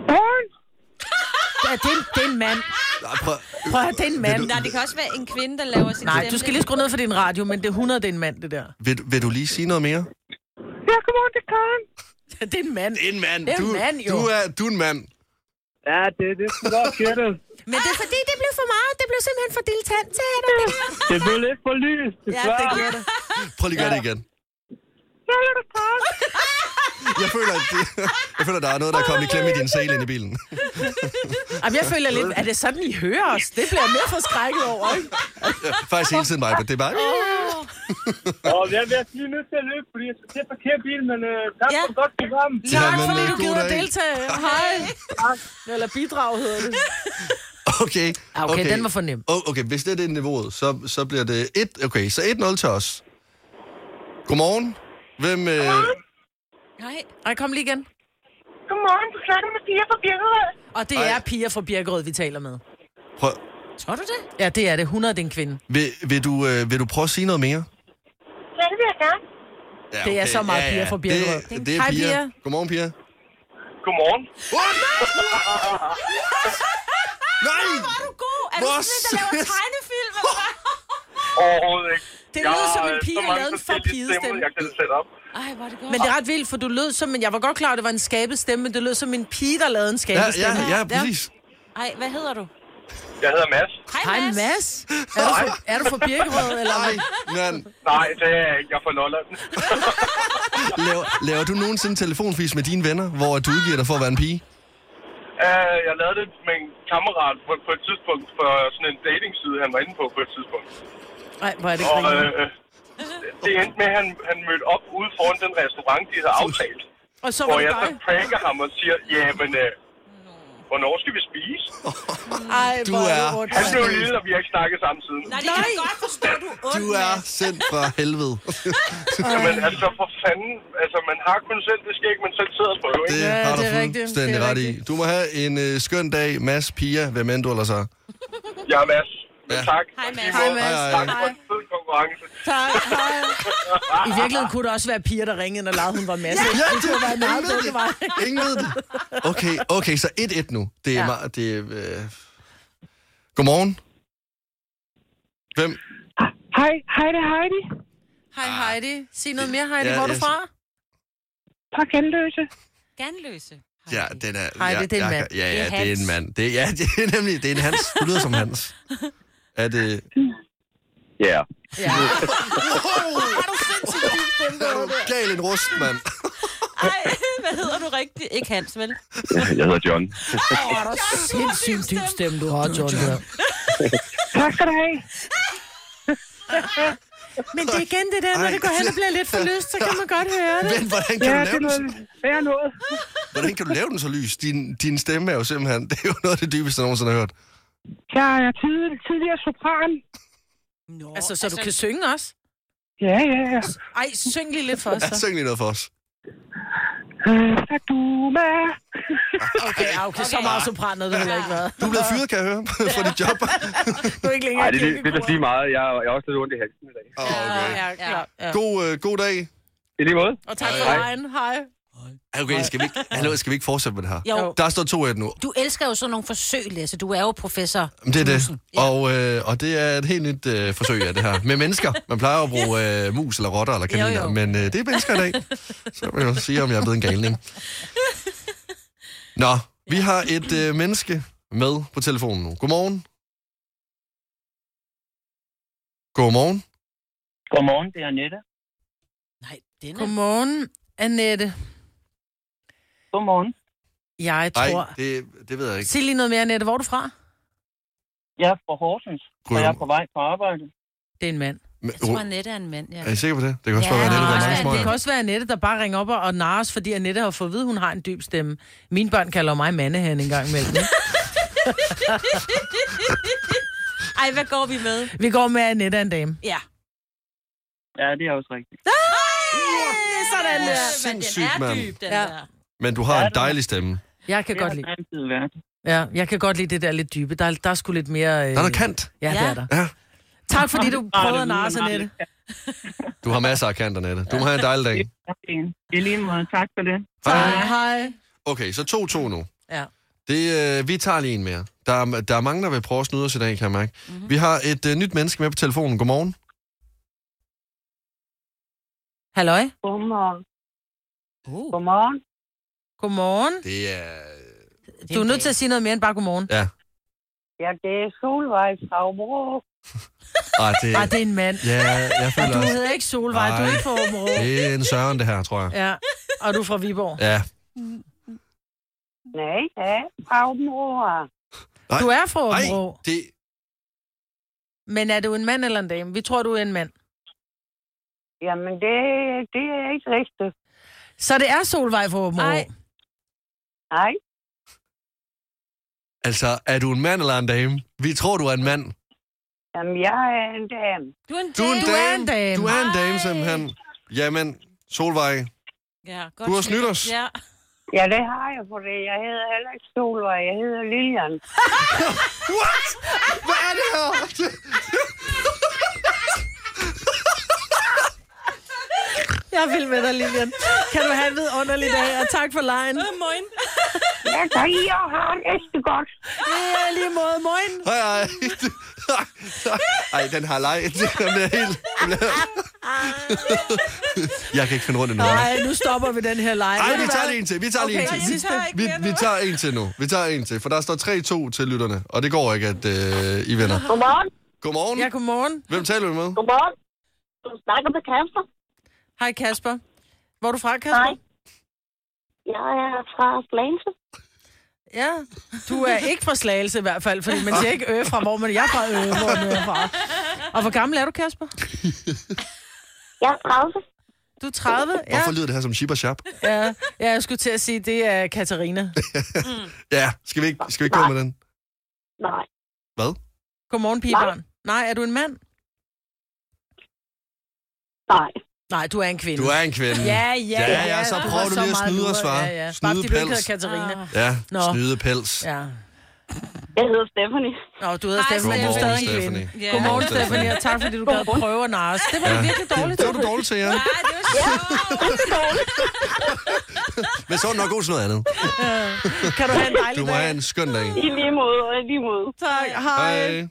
S6: Morgen.
S2: Ja, det, er en, det er en mand.
S1: Nej, prøv,
S2: Prøv at høre, det er en mand.
S3: Nej, det kan også være en kvinde, der laver sin
S2: Nej,
S3: stemme.
S2: du skal lige skrue ned for din radio, men det er 100, det er en mand, det der.
S1: vil, vil du lige sige noget mere?
S6: Ja, godmorgen, det er Karen.
S2: Ja, det er en mand.
S1: En mand.
S2: Det er en
S1: du,
S2: mand, jo.
S1: Du er, du er en mand.
S6: Ja, det, det er sgu godt gættet.
S2: Men det er fordi, det blev for meget. Det blev simpelthen for dilettant teater.
S6: Det blev lidt for lyst, desværre. Ja, det
S1: Prøv lige at gøre det igen.
S6: Så er det Karen.
S1: Jeg føler, at det, jeg føler, der er noget, der er kommet i klemme i din sal inde i bilen.
S2: Jamen, jeg føler lidt, er det sådan, I hører os? Det bliver jeg mere forskrækket over, ikke?
S1: Faktisk hele tiden mig, men det er bare...
S8: Og jeg jeg er lige nødt til at løbe, fordi jeg skal til at parkere bilen, men øh, tak
S3: Ja.
S8: for et godt program.
S2: Tak,
S1: men,
S2: fordi
S1: øh,
S2: du
S1: god
S2: gider
S1: dag.
S2: deltage. Hej. Eller bidrag hedder det.
S1: Ah, Okay.
S2: Ah, Okay, den var for nem.
S1: Oh, okay, hvis det er det niveauet, så, så bliver det 1... Okay, så 1-0 til os. Godmorgen. Hvem... Øh,
S3: Nej.
S2: Ej, kom lige igen.
S6: Godmorgen, du snakker med Pia fra Birkerød.
S2: Og det
S1: Ej.
S2: er piger fra Birkerød, vi taler med.
S1: prøv,
S3: Tror du det?
S2: Ja, det er det. 100 det er en kvinde.
S1: vil, vil, du, øh, vil du prøve at sige noget mere?
S6: Ja, det vil jeg gerne.
S1: Ja,
S2: Det er så meget Pia fra Birkerød.
S1: Det, det er
S2: Hej,
S1: Pia.
S2: Pia.
S1: Godmorgen, Pia.
S8: Godmorgen.
S1: Nej!
S3: Er du god? Er
S1: Hvor
S3: du sådan en, der laver
S1: sødt.
S3: tegnefilm? eller hvad?
S8: Overhovedet ikke.
S2: Det
S8: Jeg
S2: lyder som
S8: har,
S2: en
S8: øh,
S2: pige,
S8: så
S2: der
S8: mange
S2: lavede en for
S8: forskellige
S2: pige
S8: stemmer,
S2: stemme.
S8: Jeg kan sætte op.
S3: Ej, hvor er det godt.
S2: Men det er ret vildt, for du lød som... Men jeg var godt klar, at det var en skabet stemme, men det lød som en pige, der lavede en
S1: Ja,
S2: skabet stemme.
S1: ja, ja, præcis.
S3: Ej, hvad hedder du?
S8: Jeg hedder Mads.
S2: Hej, Mads. Er du, fra, er du fra Birkerød, eller
S1: Nej,
S2: hvad?
S1: mand.
S8: Nej, det er jeg ikke. Jeg er fra Lolland.
S1: Laver, laver du nogensinde telefonfis med dine venner, hvor du udgiver dig for at være en pige?
S8: Øh, jeg lavede det med en kammerat på, på et tidspunkt for sådan en datingside, han var inde på på et tidspunkt.
S2: Nej, hvor er det
S8: Og
S2: ikke
S8: øh, det endte med, at han, han mødte op ude foran den restaurant, de havde aftalt.
S2: Og så var
S8: Hvor
S2: det
S8: jeg så
S2: dig.
S8: pranker ham og siger, ja, men øh, hvornår skal vi spise?
S2: Ej,
S1: Du
S2: hvor er
S1: er-
S2: det ondt.
S8: Han blev lille, og vi har ikke snakket sammen siden.
S3: Nej, det kan jeg godt forstå, du er ond,
S1: Du er
S3: Mads.
S1: sendt fra helvede.
S8: Men altså, for fanden, altså, man har kun selv det skæg, man selv sidder på, ikke?
S1: Det
S2: Ja,
S1: har du
S2: det er rigtigt.
S1: fuldstændig
S2: Det er
S1: ret i. Du må have en øh, skøn dag, Mads, Pia, hvem end du eller så.
S8: Jeg er Mads. Men
S1: Ja.
S8: tak.
S3: Hej,
S8: Og
S3: Mads.
S8: lige
S2: Hej,
S8: måde,
S2: Mads.
S1: Hej,
S8: Tak for
S2: Hej.
S8: en fed konkurrence.
S2: Tak, hej. I virkeligheden kunne det også være piger, der ringede, når lavede hun var Mads.
S1: Ja, det
S2: kunne være en meget
S1: ingen ved
S2: begge veje.
S1: det. Ingen ved det. Okay, okay, så 1-1 nu. Det er ja.
S2: Ja.
S1: meget... Det er, øh... Godmorgen. Hvem?
S6: Hej, hej det er Heidi.
S2: Hej Heidi. Sig noget mere, Heidi.
S1: Ja,
S2: Hvor er du
S1: jeg-
S2: fra?
S6: Par genløse.
S3: Ganløse. Hej.
S1: Ja, den er...
S2: Hej, det er en
S1: jeg-
S2: mand.
S1: jeg- Ja, ja,
S3: Det er
S1: det er en
S3: Hans.
S1: mand. Det, er- ja, det er nemlig... Det er en Hans. Du lyder som Hans. Er det...
S8: Ja.
S2: Ja.
S1: Wow!
S2: Er du sindssygt din stemme,
S1: Er du gal en rust, mand?
S3: Ej, hvad hedder du rigtigt? Ikke Hans, vel?
S8: Jeg hedder John.
S2: Er du sindssygt dyb stemme, du har, John. Der.
S6: Tak skal du have.
S2: Men det er igen det der, når
S1: Ej.
S2: det går hen og bliver lidt for lyst, så kan man godt høre det.
S1: Men hvordan kan,
S6: Ja,
S1: ja,
S6: det
S1: du
S6: er
S1: lave den,
S6: noget værd noget.
S1: hvordan kan du lave den så lys? Din, din stemme er jo simpelthen... Det er jo noget af det dybeste, jeg nogensinde har hørt.
S6: Jeg er tid- tidligere sopran.
S3: Nå,
S2: Altså, så du kan synge også?
S6: Ja, ja, ja.
S2: Ej, syng lige lidt for os,
S1: Ja,
S2: så.
S1: syng lige noget for os.
S6: Øh, du med?
S2: Okay, ja, okay, så meget sopran havde du heller ikke været.
S1: Du er blevet fyret, kan jeg høre, fra dit job.
S2: Du er ikke længere
S8: lige meget. Jeg, jeg er også lidt ondt i halsen i dag.
S1: Oh, okay.
S2: Ja, klar. Ja.
S1: God, øh, god dag.
S8: I lige måde.
S2: Og tak for
S1: Hej.
S2: vejen. Hej.
S1: Okay, skal vi ikke, hallo, skal vi ikke fortsætte med det her?
S3: Jo,
S2: Jo.
S1: Der står 2-1 nu.
S3: du elsker jo sådan nogle forsøg, Lasse. Du er jo professor.
S1: Men Det er det. Og, øh, og det er et helt nyt øh, forsøg af det her. Med mennesker. Man plejer at bruge øh, mus eller rotter eller kaniner,
S3: Jo, jo.
S1: men øh, det er mennesker i dag. Så vil jeg jo sige, om jeg er blevet en galning. Nå, vi har et øh, menneske med på telefonen nu. Godmorgen. Godmorgen.
S8: Godmorgen, det er Annette.
S3: Nej, den er...
S2: Godmorgen, Annette.
S8: Godmorgen.
S2: Jeg tror...
S1: Nej, det, det ved jeg ikke.
S2: Sig lige noget mere, Annette. Hvor er du fra?
S8: Jeg er fra Horsens, og jeg er på vej på arbejde.
S2: Det er en mand.
S1: Men-
S3: Jeg tror, Annette er en mand, ja.
S1: Er I sikker på det? Det kan også
S3: Ja,
S1: bare være Annette, der
S2: Nej,
S1: er mange
S2: det,
S1: smøger.
S2: kan også være Annette, der bare ringer op og, og narer os, fordi Annette har fået at vide, at hun har en dyb stemme. Mine børn kalder mig mandehan en gang imellem. ikke?
S3: Ej, hvad går vi med?
S2: Vi går med, at Annette er en dame.
S3: Ja.
S8: Ja, det er også rigtigt.
S3: Ej, sådan
S1: Hvor
S3: der.
S1: sindssygt,
S3: Men den er
S1: mand.
S3: dyb, den
S2: Ja.
S3: der.
S1: Men du har
S8: Ja,
S1: en
S8: det er-
S1: dejlig stemme. Der
S2: Jeg kan godt lide.
S8: altid været.
S2: Ja, jeg kan godt lide det der lidt dybe. Der, er- der er sgu lidt mere... Øh...
S1: er noget kant.
S2: Ja, det
S3: Ja.
S2: er der.
S1: Ja.
S2: Tak fordi du
S8: Ah,
S2: prøvede
S8: det
S2: at narre os,
S8: lyder meget
S2: Annette.
S1: Du har masser af kanter, Nette. Du må have en dejlig dag.
S8: I lige måde, tak for det.
S2: Hej.
S1: Hej.
S2: Hej.
S1: Okay, så 2-2 nu.
S2: Ja.
S1: Det, øh, vi tager lige en mere. Der er, der er mange, der vil prøve at snyde os i dag, kan jeg mærke.
S2: Mhm.
S1: Mm-hmm. Vi har et øh, nyt menneske med på telefonen. Godmorgen.
S2: Halløj.
S6: Godmorgen.
S2: Uh.
S6: Godmorgen.
S2: Godmorgen.
S1: Det er...
S2: Du er nødt til at sige noget mere end bare godmorgen.
S1: Ja.
S6: Ja, det er Solvej fra Aabro.
S1: Ah, det,
S2: Ej, det er en mand.
S1: Ja, jeg
S2: Og
S1: føler
S2: du
S1: også...
S2: hedder ikke Solvej, du er
S1: Nej.
S2: ikke fra Områ.
S1: Det er en søren, det her, tror jeg.
S2: Ja, og du er fra Viborg.
S1: Ja.
S6: Nej, ja, fra Aabro.
S2: Du er fra
S1: Ej,
S2: Områ,
S1: det...
S2: men er du en mand eller en dame? Vi tror, du er en mand.
S6: Jamen, det, det er ikke rigtigt.
S2: Så det er Solvej for Åben
S3: Nej.
S6: Nej,
S1: Altså, er du en mand eller en dame? Vi tror, du er en mand.
S6: jamen, jeg er en dame.
S3: Du er en
S1: Du er en
S2: Du er en
S1: dame.
S2: dame.
S1: Du er en dame, simpelthen. Jamen, Solvej,
S3: Ja, godt
S1: Du har snydt os.
S3: Ja.
S6: Ja, det har jeg, for det. jeg hedder heller ikke Solvej, jeg hedder Lilian.
S1: What? Hvad er det her?
S2: Jeg vil med dig, Lilian. Kan du have en vidunderlig dag, og tak for lejen.
S3: Moin.
S6: Jeg kan I og har det rigtig godt.
S2: Ja, lige måde. Moin.
S1: Hej, hej. Ej, den har leg. Den er helt... Jeg kan ikke finde rundt endnu.
S2: Nej, nu stopper vi den her leg.
S1: Ej,
S2: Ved du
S1: vi tager
S2: hvad?
S1: lige en til. Vi tager lige en
S2: Okay,
S1: til.
S2: jeg sidste.
S1: Vi, vi tager en til nu. Vi tager en til, for der står 3-2 til lytterne, og det går ikke, at øh, I vinder.
S6: Godmorgen.
S1: Godmorgen.
S2: Ja, godmorgen.
S1: Hvem taler vi med?
S6: Godmorgen. Du snakker med Kasper.
S2: Hej, Kasper. Hvor er du fra, Kasper?
S6: Hej. Jeg er fra Slagelse.
S2: Ja. Du er ikke fra Slagelse i hvert fald, fordi man siger ikke øh fra, hvor man jeg er fra øh, hvor man er fra. Og hvor gammel er du, Kasper?
S6: Jeg er 30.
S2: Du er 30? Ja.
S1: Hvorfor lyder det her som Shibba Sharp?
S2: ja. ja, jeg skulle til at sige, det er Katarina.
S1: Ja, skal vi ikke, skal vi ikke gå med den?
S6: Nej,
S1: Hvad?
S2: Godmorgen, pigebarn. Nej, er du en mand?
S6: nej.
S2: Nej, du er en kvinde.
S1: Du er en kvinde.
S2: Ja, ja,
S1: Ja, ja, så
S2: du
S1: prøver
S2: var
S1: du lige at
S2: meget
S1: snyde og
S2: luret.
S1: svare.
S2: Ja, ja.
S1: Snyde
S2: Bare fordi du ikke
S1: pels.
S2: hedder Katarina.
S6: Ah.
S1: Ja,
S2: Nå.
S1: snyde pels.
S2: Ja.
S6: Jeg hedder Stephanie.
S2: Nå, du hedder
S3: Hej,
S2: Steffen, men du er
S1: Godmorgen,
S2: stadig en kvinde.
S1: Stephanie.
S3: Ja.
S2: Godmorgen,
S1: Godmorgen,
S2: Stephanie, og tak fordi du gad at prøve at narre os. Det var ja. virkelig dårligt.
S1: Det var du dårlig til, ja.
S3: Ej, det var sjovt.
S1: Men så er du nok god til noget andet.
S2: Kan du have en dejlig
S1: Du må
S2: dag?
S1: have en skøn dag.
S6: I lige måde, og i lige måde.
S2: Tak, hej.
S1: Hej.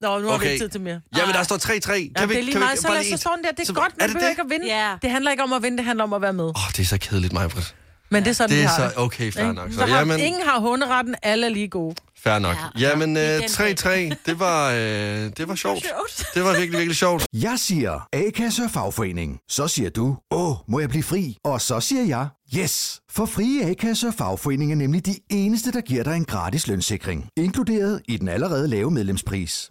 S2: Nå, nu har vi
S1: Okay.
S2: ikke tid til mere.
S1: Jamen, der står 3-3. Kan
S2: Jamen, det er lige meget. Så
S1: bare
S2: lad os
S1: lige
S2: så stå den der. Det er
S1: Så-
S2: godt,
S1: er
S2: man
S1: det
S2: behøver
S1: det?
S2: ikke at vinde.
S3: Ja.
S2: Det handler ikke om at vinde, det handler om at være med.
S1: Åh, oh, det er så kedeligt, Majbrit.
S2: Men det er sådan,
S1: Det
S2: vi
S1: er
S2: har
S1: så... Okay, fair nok. Så,
S2: Der har,
S1: jamen,
S2: Ingen har hunderetten, alle er lige gode.
S1: fair nok. Jamen, øh,
S3: Igen.
S1: 3-3. Det var, øh, det var sjovt. Det var virkelig, virkelig sjovt.
S9: Jeg siger A-kasse og fagforening. Så siger du, åh, må jeg blive fri? Og så siger jeg, yes! For frie A-kasse og fagforening er nemlig de eneste, der giver dig en gratis lønssikring. Inkluderet i den allerede lave medlemspris.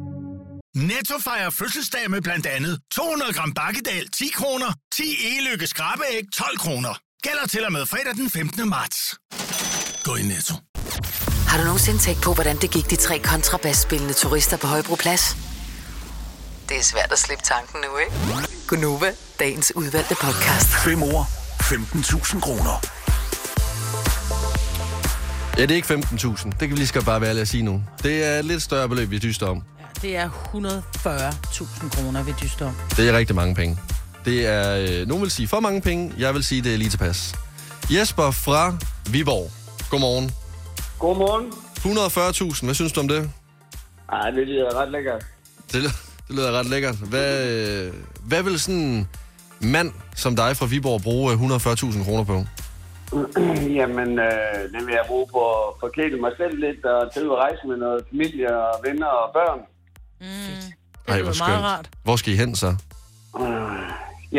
S9: Netto fejrer fødselsdag med blandt andet 200 gram bakkedal 10 kroner, 10 e-lykke skrabeæg 12 kroner. Gælder til og med fredag den 15. marts. Gå i Netto.
S4: Har du nogensinde tænkt på, hvordan det gik de tre kontrabasspillende turister på Højbroplads? Det er svært at slippe tanken nu, ikke? Gunova, dagens udvalgte podcast.
S7: 5 år, 15.000 kroner.
S1: Ja, det er ikke 15.000. Det kan vi lige skal bare være ærlige at sige nu. Det er et lidt større beløb, vi dyster om.
S2: Det er 140.000 kroner, vi dyster om.
S1: Det er rigtig mange penge. Det er, øh, nogen vil sige for mange penge. Jeg vil sige, det er lige tilpas. Jesper fra Viborg. Godmorgen.
S5: Godmorgen.
S1: 140.000. Hvad synes du om det?
S5: Ej, det lyder ret lækkert.
S1: Det, lyder- det lyder ret lækkert. Hvad, øh, hvad vil sådan en mand som dig fra Viborg bruge øh, 140.000 kroner på?
S5: Jamen, øh, det vil jeg bruge på at forkæle mig selv lidt og til at rejse med noget familie og venner og børn.
S2: Det lyder meget rart.
S1: Hvor skal I hen så?
S5: Øh,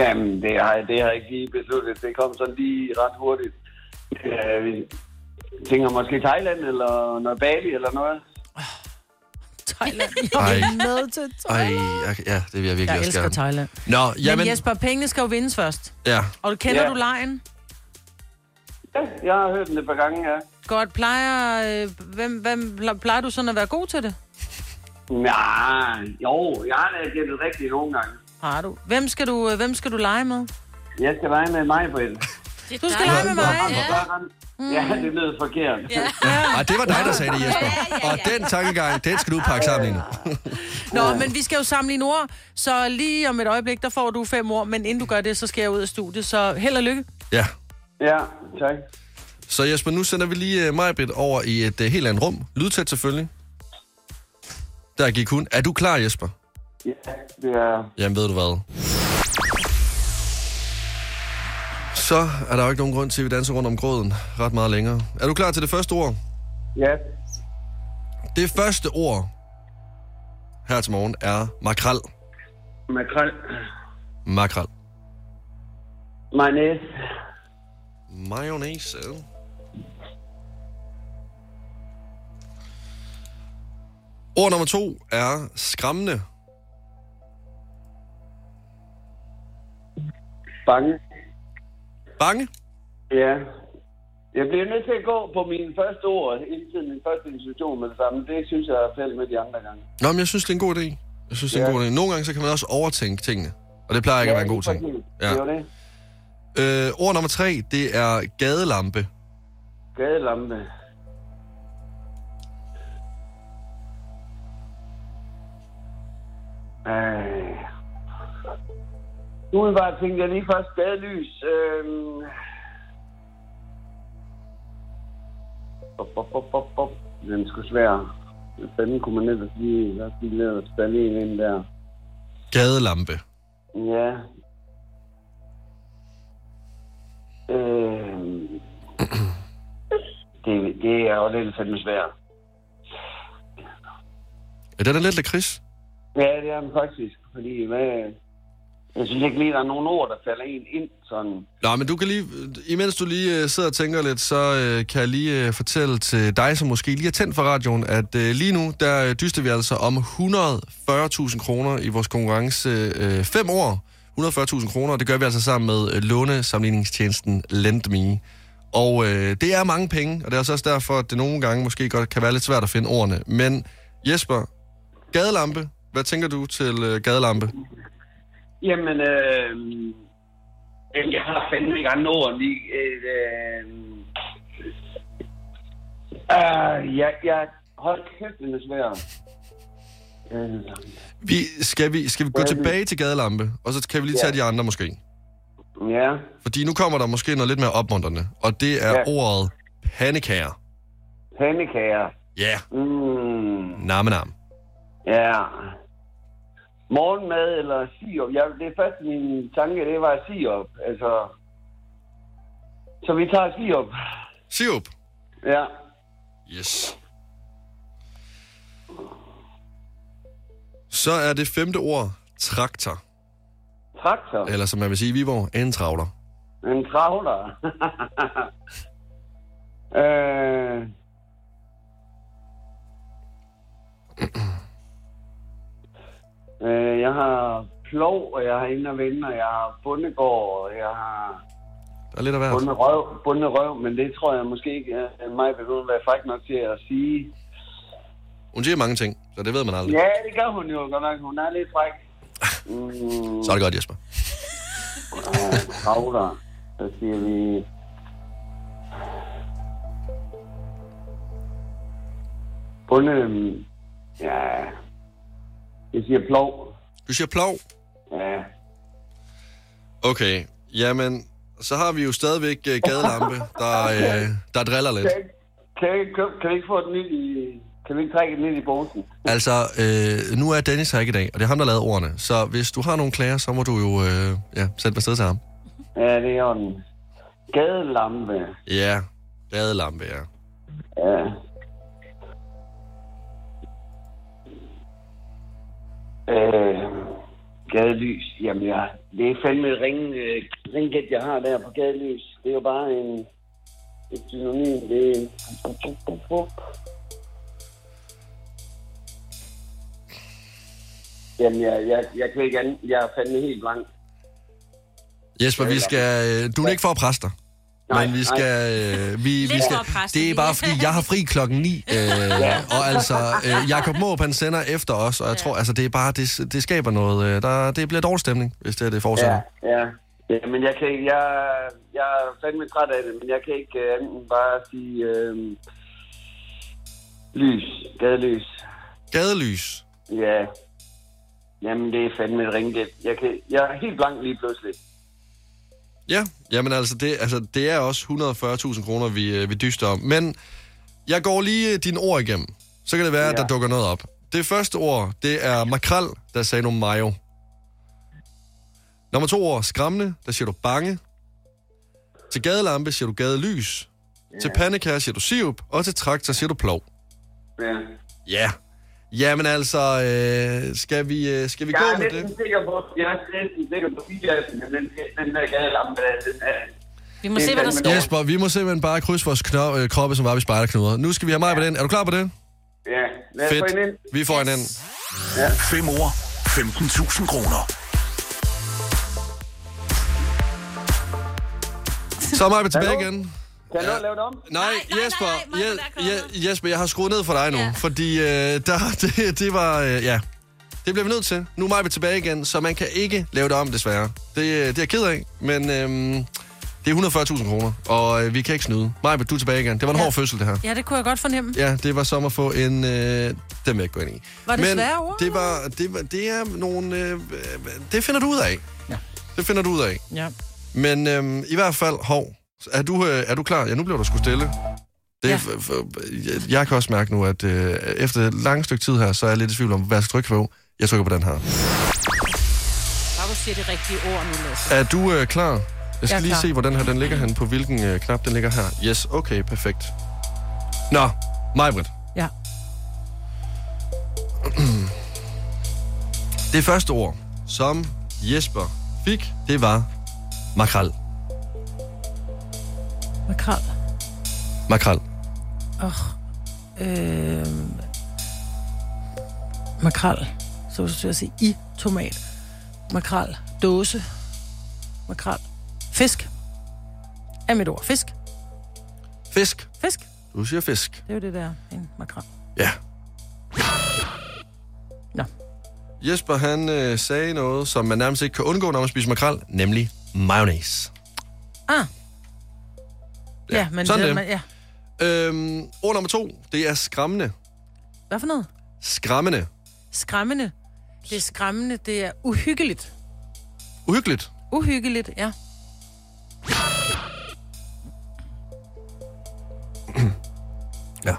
S5: Jamen, det har, jeg- det har jeg ikke lige besluttet. Det kom sådan lige ret hurtigt. Øh, vi tænker måske Thailand eller noget Bali eller noget.
S2: Thailand.
S1: Ej.
S2: Jeg er med til
S1: Ej,
S2: Thailand.
S1: jeg, ja, det vil Ah, jeg virkelig
S2: Jeg
S1: også
S2: elsker
S1: gerne.
S2: Thailand.
S1: Nå,
S2: Men,
S1: jamen,
S2: Jesper, pengene skal jo vindes først.
S1: ja.
S2: Og du kender
S5: Ja.
S2: du lejen?
S5: Ja, jeg har hørt den et par gange, ja.
S2: Godt, plejer, øh, hvem, hvem, plejer du sådan at være god til det?
S5: Nej, jo, jeg har da gættet rigtigt nogle gange.
S2: Har du. Hvem skal du, øh, hvem skal du lege med?
S5: Jeg skal lege med mig, Britt.
S2: Du skal lege med mig.
S5: Ja, det lyder forkert.
S1: Ja. Ah, det var dig, der sagde det, Jesper. Og den tankegang, den skal du pakke sammen lige nu.
S2: Nå, men vi skal jo samle en ord, så lige om et øjeblik, der får du fem ord, men inden du gør det, så skal jeg ud af studiet, så held og lykke.
S1: Ja.
S5: Ja, tak.
S1: Så Jesper, nu sender vi lige uh, Majbrit over i et uh, helt andet rum. Lydtæt selvfølgelig. Der gik hun. Er du klar, Jesper?
S5: Ja, det er...
S1: Jamen, ved du hvad? Så er der jo ikke nogen grund til, at vi danser rundt om gråden ret meget længere. Er du klar til det første ord?
S5: Ja,
S1: Det første ord her til morgen er makrel.
S5: makrel.
S1: Makrel.
S5: Mayonnaise.
S1: Mayonnaise. Ord nummer to er skræmmende.
S5: Bange.
S1: Bange.
S5: Ja. Jeg bliver nødt til at gå på mine første ord, hele tiden min første institution med det samme. Det synes jeg er fælles med de andre gange.
S1: Nå, men jeg synes, det er en god idé. Jeg synes, det er en
S5: Ja.
S1: god idé. Nogle gange så kan man også overtænke tingene. Og det plejer ikke at være en god ting.
S5: Ja.
S1: Ja.
S5: Det var det.
S1: Øh, ord nummer tre, det er gadelampe.
S5: Gadelampe. Øh. Udenbart tænkte jeg lige først gadelys. Øhm. Bop, bop, bop, bop, bop. Den skulle svær. Fanden kunne man ellers lige, lad os lige lade os spille en ind der.
S1: Gadelampe.
S5: Ja. Øh, det, det er jo lidt fandme svært.
S1: Ja, den er lidt lakrids.
S5: Ja, det er den faktisk, fordi hvad, jeg synes ikke lige, der er nogen ord, der falder en ind sådan.
S1: Nå, men du kan lige, imens du lige øh, sidder og tænker lidt, så øh, kan jeg lige øh, fortælle til dig, som måske lige er tændt for radioen, at øh, lige nu, der øh, dyster vi altså om 140.000 kroner i vores konkurrence 5 øh, fem år. 140.000 kroner, og det gør vi altså sammen med øh, lånesamligningstjenesten LendMe. Og øh, det er mange penge, og det er altså også derfor, at det nogle gange måske godt kan være lidt svært at finde ordene. Men Jesper, gadelampe, hvad tænker du til øh, gadelampe?
S5: Jamen, øh, øh, jeg har fandme ikke andre ord end lige... Øh, øh, øh, jeg, jeg, hold kæft, den er svær. Øh,
S1: Vi, skal, vi, skal vi gå tilbage til gadelampe, og så kan vi lige tage de andre måske?
S5: ja,
S1: Fordi nu kommer der måske noget lidt mere opmuntrende, og det er
S5: Ja.
S1: ja. ordet pandekager.
S5: pandekager.
S1: Ja, yeah.
S5: Mm,
S1: nam nam.
S5: ja. Morgenmad eller sirup. Jeg, det er først min tanke, det var sirup. Altså, så vi tager sirup.
S1: Sirup.
S5: Ja.
S1: Yes. Så er det femte ord traktor,
S5: Traktor.
S1: eller som man vil sige i Viborg, en travler.
S5: En kravler. øh... øh, jeg har plov, og jeg har ind og vende, og jeg har bundegård, og jeg har
S1: Der er lidt af hvert.
S5: bundet røv, bundet røv, men det tror jeg måske ikke, at mig vil hun være fræk nok til at sige.
S1: Hun siger mange ting, så det ved man aldrig.
S5: Ja, det gør hun jo godt nok. Hun er lidt fræk. Mm,
S1: Så er det godt, Jesper.
S5: kravler. Så siger vi... Bunde... Ja... Jeg siger plov.
S1: Du siger plov.
S5: Ja.
S1: Okay, jamen, så har vi jo stadigvæk øh, gadelampe, der, øh, der driller lidt.
S5: Kan, kan, vi ikke købe- kan vi ikke få den ind i... Kan vi ikke trække den ind i bosen?
S1: Altså, øh, nu er Dennis her ikke i dag, og det er ham, der lavede ordene. Så hvis du har nogle klager, så må du jo øh, ja, sætte mig sted til ham.
S5: Ja, det er den. Gadelampe.
S1: Ja, gadelampe, ja.
S5: Ja. Øh, gadelys. Jamen, jeg, det er fandme et ring, øh, ringgæt, jeg har der på gadelys. Det er jo bare en, et synonym. Det er... Jamen, jeg, jeg, jeg kan ikke andet. Jeg er fandme helt blank.
S1: Jesper, vi skal... Øh, du er ikke for at presse dig.
S5: Nej,
S1: men vi
S5: nej.
S1: skal... Øh, vi, vi
S3: Lidt
S1: skal
S3: for at presse
S1: det er
S3: dig.
S1: bare fordi, jeg har fri klokken 9. Øh, og altså, øh, Jakob Måb, han sender efter os, og jeg tror, altså, det er bare, det, det skaber noget. Øh, der, det bliver dårlig stemning, hvis det, er det fortsætter.
S5: Ja, ja. Jamen, jeg, kan, ikke- jeg, jeg er fandme træt af det, men jeg kan ikke øh, andet end bare sige øh, lys, gadelys.
S1: Gadelys?
S5: Ja. Jamen, det er fandme et ringgæt. Jeg, kan, jeg er helt blank lige pludselig.
S1: Ja, jamen altså det, altså, det er også 140.000 kroner, vi, øh, vi dyster om. Men jeg går lige øh, dine ord igennem. Så kan det være, ja. at der dukker noget op. Det første ord, det er makrel, der sagde du mayo. Nummer to ord, skræmmende, der siger du bange. Til gadelampe siger du gadelys. Ja. Til pandekær siger du sirup, og til traktor siger du plov.
S5: Ja.
S1: Ja. Jamen altså, øh, skal vi, øh, skal vi
S5: jeg
S1: gå
S5: er
S1: med
S5: næsten
S1: det?
S5: sikker på, jeg er næsten sikker på, at den, den, den der gadelampe, den er...
S3: Vi
S5: må se, hvad der sker.
S1: Jesper, vi må simpelthen bare krydse vores knop, øh, kroppe, som var vi spejderknuder. Nu skal vi have mig på den. Er du klar på det?
S5: Ja, lad os få en ind.
S1: Vi får en ind.
S5: Ja.
S7: Fem ord, 15.000 kroner.
S1: Så er mig tilbage
S7: Hallo?
S1: igen.
S5: Kan jeg nå at lave det om?
S1: Nej, Jesper, Je- Je- Jesper, jeg har skruet ned for dig nu, ja. fordi øh, der, det, det var, øh, ja, det bliver vi nødt til. Nu er mig tilbage igen, så man kan ikke lave det om, desværre. Det, øh, det er jeg ked af, men øh, det er 140.000 kroner, og øh, vi kan ikke snyde. Majbet, du er tilbage igen. Det var en ja. hård fødsel, det her.
S2: Ja, det kunne jeg godt fornemme.
S1: Ja, det var som at få en... Øh, dem vil jeg ikke gå ind i.
S2: Var det
S1: Men
S2: svære ord,
S1: Det, var, det, var, det er nogle... Øh, øh, det finder du ud af. Ja. Det finder du ud af.
S2: Ja.
S1: Men øh, i hvert fald, hov, er du, øh, er du klar? Ja, nu bliver du sgu stille. Det, ja. f- f- jeg, jeg kan også mærke nu, at øh, efter et langt stykke tid her, så er jeg lidt i tvivl om, hvad jeg skal trykke på. Jeg trykker på den her.
S3: Bare du siger de rigtige ord nu, Lasse.
S1: Er du øh, klar? Jeg skal
S3: Jeg er
S1: lige
S3: klar.
S1: se, hvor den her den ligger hen, på hvilken øh, knap den ligger her. Yes, okay, perfekt. Nå, Majbrit.
S2: Ja.
S1: Det første ord, som Jesper fik, det var makrel.
S2: Makrel.
S1: Makrel.
S2: Åh. Øh, makrel. Så vil jeg sige i tomat. Makrel. Dåse. Makrel. Fisk. Er mit ord. Fisk.
S1: Fisk.
S2: Fisk.
S1: Du siger fisk.
S2: Det er jo det der. En makrel.
S1: Ja.
S2: Nå.
S1: Jesper, han øh, sagde noget, som man nærmest ikke kan undgå, når man spiser makrel, nemlig mayonnaise.
S2: Ah. Ja, ja men
S1: sådan
S2: det,
S1: det.
S2: Man, ja.
S1: Øhm, ord nummer to, det er skræmmende.
S2: Hvad for noget?
S1: Skræmmende.
S2: Skræmmende. Det er skræmmende. Det er uhyggeligt.
S1: Uhyggeligt.
S2: Uhyggeligt, ja.
S1: Ja.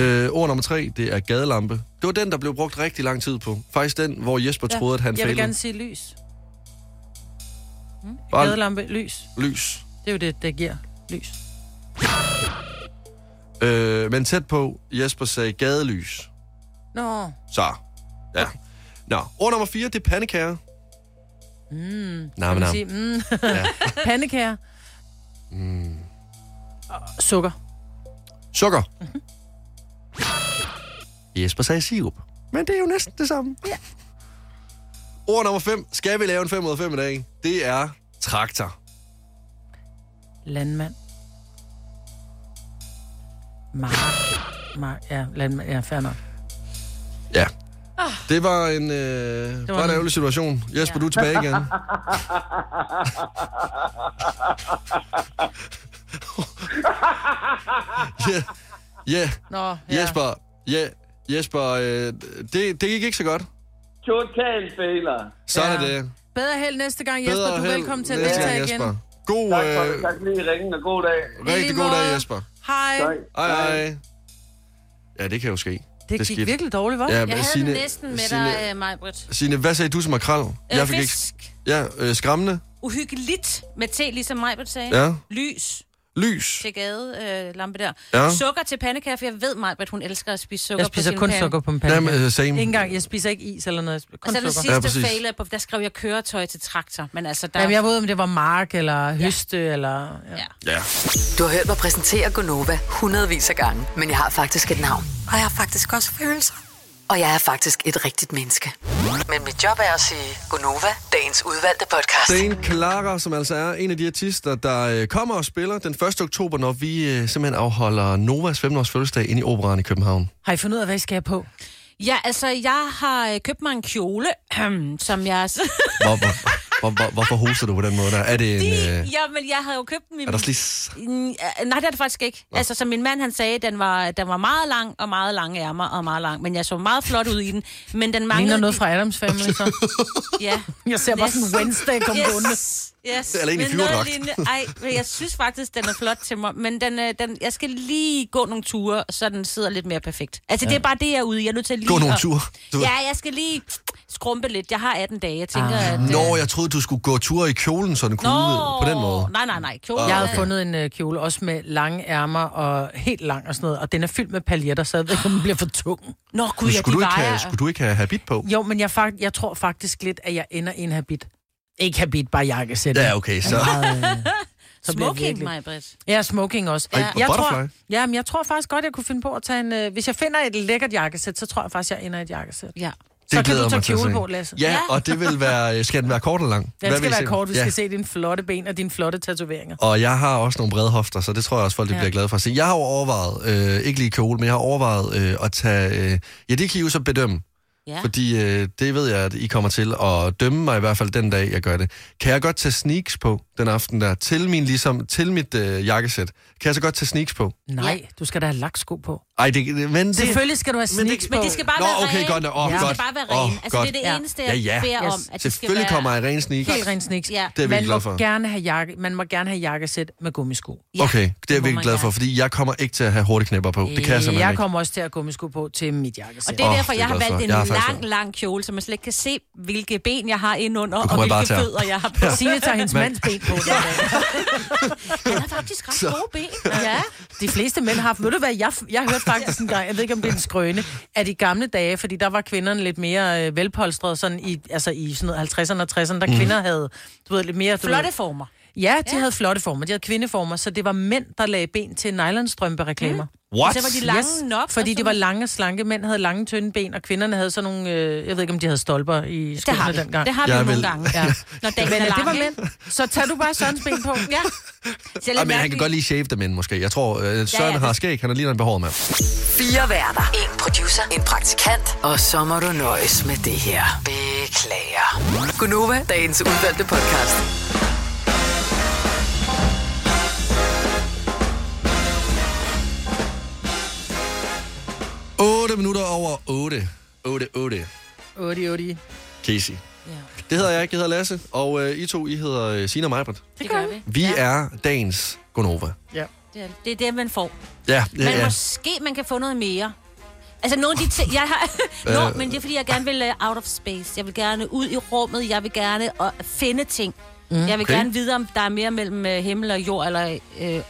S1: Øh, ord nummer tre, det er gadelampe. Det var den, der blev brugt rigtig lang tid på. Faktisk den, hvor Jesper
S2: ja.
S1: troede, at han
S2: Jeg vil
S1: fejlede.
S2: gerne sige lys. Hmm?
S1: Bare-
S2: Gadelampe, lys.
S1: Lys.
S2: Det er jo det, der giver lys.
S1: Øh, men tæt på, Jesper sagde gadelys.
S2: Nå.
S1: Så, ja. Nå, ord nummer fire, det er pandekager.
S2: Mm.
S1: Nam, nam.
S2: Sige, mm.
S1: Ja.
S2: Pandekager.
S1: Mm.
S2: Sukker.
S1: Sukker. Jesper sagde sirup. Men det er jo næsten det samme.
S2: Ja.
S1: Ord nummer 5. Skal vi lave en 5 ud af 5 i dag? Det er traktor.
S2: Landmand. Mark. Mark. Ja, landmand. Ja, fair nok.
S1: Ja. Ah. Det var en, øh, det var en
S2: en-
S1: ærgerlig situation. Jesper, ja. du er tilbage igen. Ja, ja.
S2: Nå,
S1: ja. Jesper, ja. Jesper, øh, det, det gik ikke så godt.
S5: Total fejler.
S1: Sådan ja. er det.
S2: Bedre held næste gang, Jesper.
S1: Bedre
S2: du er
S1: held
S2: velkommen til at
S1: næste gang,
S2: deltage igen.
S1: Jesper. God,
S5: Tak for
S1: øh,
S5: det. Tak fordi I ringede, og god dag.
S1: Rigtig god dag, Jesper.
S2: Hej.
S1: Hej, hej. Ja, det kan jo ske.
S2: Det,
S1: er
S2: gik
S1: skidt.
S2: virkelig dårligt, hva'?
S1: Ja,
S3: Jeg
S1: men
S3: havde
S1: Signe,
S3: den næsten med
S1: Signe,
S3: dig, øh,
S2: øh.
S3: Majbrit.
S1: Signe, hvad sagde du som makrel?
S3: Øh,
S1: ikke-
S3: fisk.
S1: Ja, øh, skræmmende.
S3: Uhyggeligt med te, ligesom Majbrit sagde.
S1: Ja.
S3: Lys
S1: Lys.
S3: til gade, øh, lampe der.
S1: Ja.
S3: Ja. Sukker til pandekager, for jeg ved, Majbrit, hun elsker at spise sukker
S2: Jeg spiser
S3: på
S2: kun
S3: pande.
S2: sukker på en pande.
S1: Jamen, øh, same.
S2: Ikke engang, jeg spiser ikke is eller noget. Jeg spiser
S3: Og
S2: Kun
S3: så den
S2: sukker.
S1: Ja,
S3: sidste
S1: præcis.
S3: ja, fail, på, der skrev jeg køretøj til traktor. Men altså, der...
S2: Jamen, jeg ved, om det var mark eller høste ja. eller... Ja.
S1: Ja.
S10: Du har hørt mig præsentere Gonova hundredvis af gange, men jeg har faktisk et navn. Og jeg har faktisk også følelser. Og jeg er faktisk et rigtigt menneske. Men mit job er at sige Gonova, dagens udvalgte podcast.
S1: Dane Clara, som altså er en af de artister, der øh, kommer og spiller den 1. oktober, når vi øh, simpelthen afholder Novas 15-års fødselsdag inde i Operan i København.
S2: Har I fundet ud af, hvad I skal have på?
S3: Ja, altså, jeg har øh, købt mig en kjole, som jeg...
S1: Hvor, hvor, Hvor, hvor, hvorfor hoster du på den måde der? Er det en... Øh,
S3: Jamen, jeg havde jo købt den i
S1: er der slis?
S3: Mm, øh, Nej, det er det faktisk ikke. Nå. Altså, som min mand han sagde, den var, den var meget lang og meget lange ærmer og meget lang. Men jeg så meget flot ud i den. Men den manglede...
S2: Ligner noget fra Adams Family, så.
S3: Ja.
S2: Jeg ser bare sådan en Wednesday komme gående.
S3: yes. yes.
S2: Eller en i
S3: Men noget
S2: flyverdragt.
S3: lignende- Ej, men jeg synes faktisk, den er flot til mig. Men den, øh, den, jeg skal lige gå nogle ture, så den sidder lidt mere perfekt. Altså, ja. det
S1: Ja.
S3: er bare det, jeg er ude i. Jeg er nødt til lige
S1: Gå nogle
S3: at-
S1: ture, du ved.
S3: Ja, jeg skal lige skrumpe lidt. Jeg har 18 dage. Jeg tænker, ah. at... øh,
S1: Nå, jeg troede, du skulle gå ture i kjolen, så den kunne
S3: Nå.
S1: på den måde.
S3: Nej, nej, nej. Kjole.
S2: Jeg havde fundet en øh, kjole, også med lange ærmer og helt lang og sådan noget, og den er fyldt med paljetter, så jeg ved ikke, om den bliver for tung. Nå,
S1: Men skulle, du ikke have, skulle du ikke have habit på?
S2: Jo, men jeg, fakt, jeg tror faktisk lidt, at jeg ender i en habit. Ikke habit, bare jakkesæt.
S1: Ja, okay, så-
S2: Jeg er meget, øh, så bliver det
S3: Smoking,
S2: virkelig-
S3: Maj-Brit.
S2: Ja, smoking også.
S3: Ej,
S2: Ja.
S3: og
S2: Jeg tror,
S3: butterfly.
S2: jamen, jeg tror faktisk godt, jeg kunne finde på at tage en... Øh, hvis jeg finder et lækkert jakkesæt, så tror jeg faktisk, jeg ender i et jakkesæt.
S3: Ja.
S1: Det
S2: Så kan
S1: glæder
S2: du
S1: jeg
S2: tage
S1: mig til at
S2: kjole
S1: se.
S2: på, Lasse.
S1: Ja, og det vil være... Skal den være kort eller lang?
S2: Ja,
S1: Hvad
S2: det
S1: vil I
S2: skal være
S1: se?
S2: kort. Vi
S1: Ja.
S2: skal se dine flotte ben og dine flotte tatoveringer.
S1: Og jeg har også nogle brede hofter, så det tror jeg også, folk de
S2: Ja.
S1: bliver glade for at se. Jeg har jo overvejet, øh, ikke lige kjole, men jeg har overvejet øh, at tage... Øh, ja, det kan I jo så bedømme.
S3: Ja.
S1: Fordi øh, det ved jeg, at I kommer til at dømme mig i hvert fald den dag, jeg gør det. Kan jeg godt tage sneaks på den aften der, til, min, ligesom, til mit øh, jakkesæt? Kan jeg så godt tage sneaks på?
S2: Nej, du skal da have laksko på.
S1: Ej, det, men det,
S2: Selvfølgelig skal du have
S1: men
S2: sneaks
S1: det,
S2: på. Men de skal bare
S1: Nå,
S2: være
S1: okay,
S2: rene.
S1: godt. Åh,
S2: Ja. De
S1: godt.
S2: skal bare være rene.
S1: Åh,
S2: Altså, det er
S1: godt.
S2: det eneste,
S1: ja,
S2: jeg
S1: ja.
S2: beder om,
S1: Yes.
S2: at de skal
S1: Selvfølgelig
S2: være
S1: kommer jeg i rene sneaks.
S2: Helt ren sneaks.
S1: Ja. Det er vi
S2: man,
S1: glade
S2: må
S1: for.
S2: gerne have jakke, man må gerne have jakkesæt med gummisko.
S1: Okay, det er jeg
S2: må
S1: virkelig
S2: man
S1: glad for,
S2: gerne.
S1: fordi jeg kommer ikke til at have hurtigknæpper på. Det kan jeg simpelthen
S2: jeg
S1: ikke.
S2: kommer også til at have gummisko på til mit jakkesæt.
S3: Og det er
S1: Åh,
S3: oh, derfor,
S1: det er
S3: jeg har
S1: godt
S3: valgt
S1: så.
S3: en
S1: Jeg har faktisk
S3: lang, lang kjole, så man slet ikke kan se, hvilke ben jeg har indenunder,
S1: Du
S3: og
S1: kommer
S3: hvilke
S1: bare til at-
S3: fødder jeg har på.
S1: Ja. Signe tager hendes Men- mands
S2: ben på.
S3: Ja. Han har faktisk ret
S2: Så-
S3: gode ben.
S2: Ja, de fleste mænd har... Ved du hvad, jeg, jeg hørte faktisk en gang, jeg ved ikke, om det er en skrøne, at i gamle dage, fordi der var kvinderne lidt mere øh, velpolstrede, sådan i, altså i sådan noget 50'erne og 60'erne, der
S3: Mhm.
S2: kvinder havde, du ved, lidt mere... Du
S3: Flotte
S2: ved,
S3: former.
S2: Ja, de ja. havde flotte former, de havde kvindeformer, så det var mænd, der lagde ben til nylonstrømpereklamer.
S3: Mm. What? Så var de lange nok altså og
S2: Fordi
S3: sådan
S2: de var lange og slanke, mænd havde lange, tynde ben, og kvinderne havde sådan nogle, øh, jeg ved ikke, om de havde stolper i
S3: har
S2: skoene
S3: vi.
S2: dengang.
S3: Det har vi Jeg jo nogle vil- gange,
S2: Ja.
S3: Når dagen
S2: Men øh,
S3: er
S2: det
S3: lang,
S2: var
S3: ikke?
S2: mænd. Så tager du bare Sørens ben på.
S3: Ja. Selv
S1: Ah, men han kan godt lige shave dem ind, måske. Jeg tror, øh, Søren
S10: det-
S1: har skæg, han er lige en behåret mand.
S10: Fire værter. En producer. En praktikant. Og så må du nøjes med det her. Beklager. Gunova, dagens udvalgte podcast.
S1: Otte minutter over 8. 8, 8.
S2: Odi, odi.
S1: Casey. Det hedder jeg, ikke, jeg hedder Lasse, og øh, I to, I hedder øh, Signe og Majbert.
S3: Det gør vi.
S1: Vi er dagens Gonova.
S2: Ja.
S3: Det er det, er det man får.
S1: Ja, det
S3: Men
S1: er.
S3: måske man kan få noget mere. Altså nogle af de ting, jeg har... Nå,
S1: Øh.
S3: men det er fordi, jeg gerne vil uh, out of space. Jeg vil gerne ud i rummet. Jeg vil gerne uh, finde ting. Mm.
S2: Mm.
S3: Jeg vil
S2: Okay.
S3: gerne vide, om der er mere mellem uh, himmel og jord, eller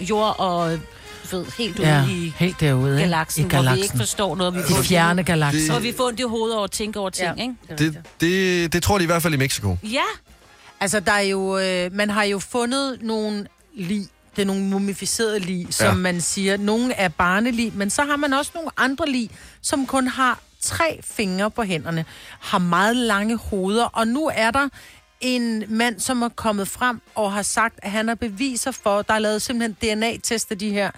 S3: uh, jord og øh, du ved, helt ude
S2: Ja,
S3: i
S2: helt derude, ikke?
S3: galaksen,
S2: I
S3: hvor vi
S2: galaksen.
S3: ikke forstår noget. Vi
S2: I
S3: får-
S2: fjerne galakser.
S3: Hvor vi får ondt i hovedet over at tænke over ting, ja. ikke?
S1: Det, det, det tror de i hvert fald i Mexico.
S3: Ja.
S2: Altså, der er jo, øh, man har jo fundet nogle lig, det er nogle mumificerede lig, som
S1: Ja.
S2: ja. man siger, nogle er barnelig, men så har man også nogle andre lig, som kun har tre fingre på hænderne, har meget lange hoveder, og nu er der en mand, som er kommet frem og har sagt, at han har beviser for, der er lavet simpelthen DNA-test af de her,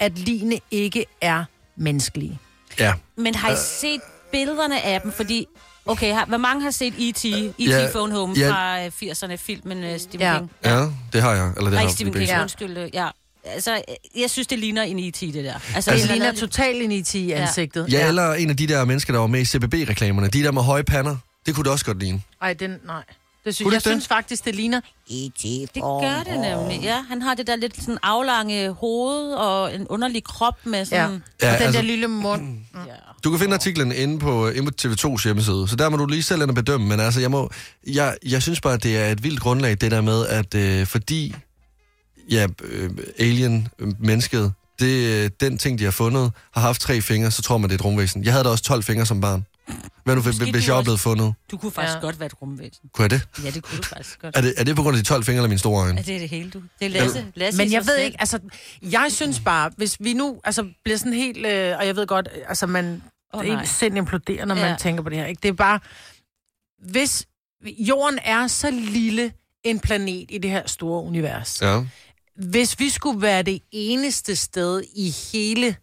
S2: at ligene ikke er menneskelige.
S1: Ja.
S3: Men har I
S1: Øh.
S3: set billederne af dem? Fordi, okay, har, hvor mange har set E E.T. E.T.
S1: Ja,
S3: Phone Home
S1: ja.
S3: fra øh, 80'erne, filmen øh, Stephen
S2: Ja.
S3: King?
S1: Ja, det har jeg. Eller det
S3: Nej,
S1: har
S3: ikke Stephen
S1: vi begge
S3: King,
S1: to.
S3: undskyld. øh, Ja. Altså, øh, jeg synes, det ligner en E.T. det der. Altså,
S2: det ligner totalt en IT i ansigtet.
S1: Ja, eller en af de der mennesker, der var med i CBB-reklamerne. De der med høje pander. Det kunne det også godt ligne.
S2: Ej, den, nej. Det synes,
S1: Kunne det
S2: jeg
S1: ikke det?
S2: synes faktisk, det ligner
S1: E.T.
S2: E
S3: Det gør det nemlig, ja. Han har det der lidt sådan aflange hoved og en underlig krop med sådan...
S1: Ja. Ja,
S2: Mm. og den
S1: altså-
S2: der lille mund.
S1: Du kan finde artiklen inde på øh, inde på TV2's hjemmeside, så der må du lige selv ind og bedømme. Men altså, jeg, må, jeg, jeg synes bare, at det er et vildt grundlag, det der med, at øh, fordi ja, øh, alien, øh, mennesket, det, øh, den ting, de har fundet, har haft tre fingre, så tror man, det er et rumvæsen. Jeg havde da også 12 fingre som barn. Hvad nu, hvis,
S3: Måske
S1: hvis
S3: du
S1: jeg var
S3: også-
S1: blevet fundet?
S3: Du kunne faktisk ja. godt være et rumvæsen.
S1: Kunne jeg det?
S3: Ja, det kunne du faktisk godt.
S1: Er det, er det på grund af de 12 fingre eller mine store øjne?
S3: Ja, det er det hele, du. Det er Lasse. Lasse
S2: Men
S3: i
S2: jeg
S3: sig
S2: ved
S3: selv.
S2: ikke, altså, jeg
S3: Mm.
S2: synes bare, hvis vi nu altså, bliver sådan helt, øh, og jeg ved godt, øh, altså, man
S3: Åh,
S2: oh, det er
S3: nej.
S2: ens sind imploderer, når ja.
S3: Ja.
S2: man tænker på det her, ikke? Det er bare, hvis jorden er så lille en planet i det her store univers,
S1: Ja.
S2: hvis vi skulle være det eneste sted i hele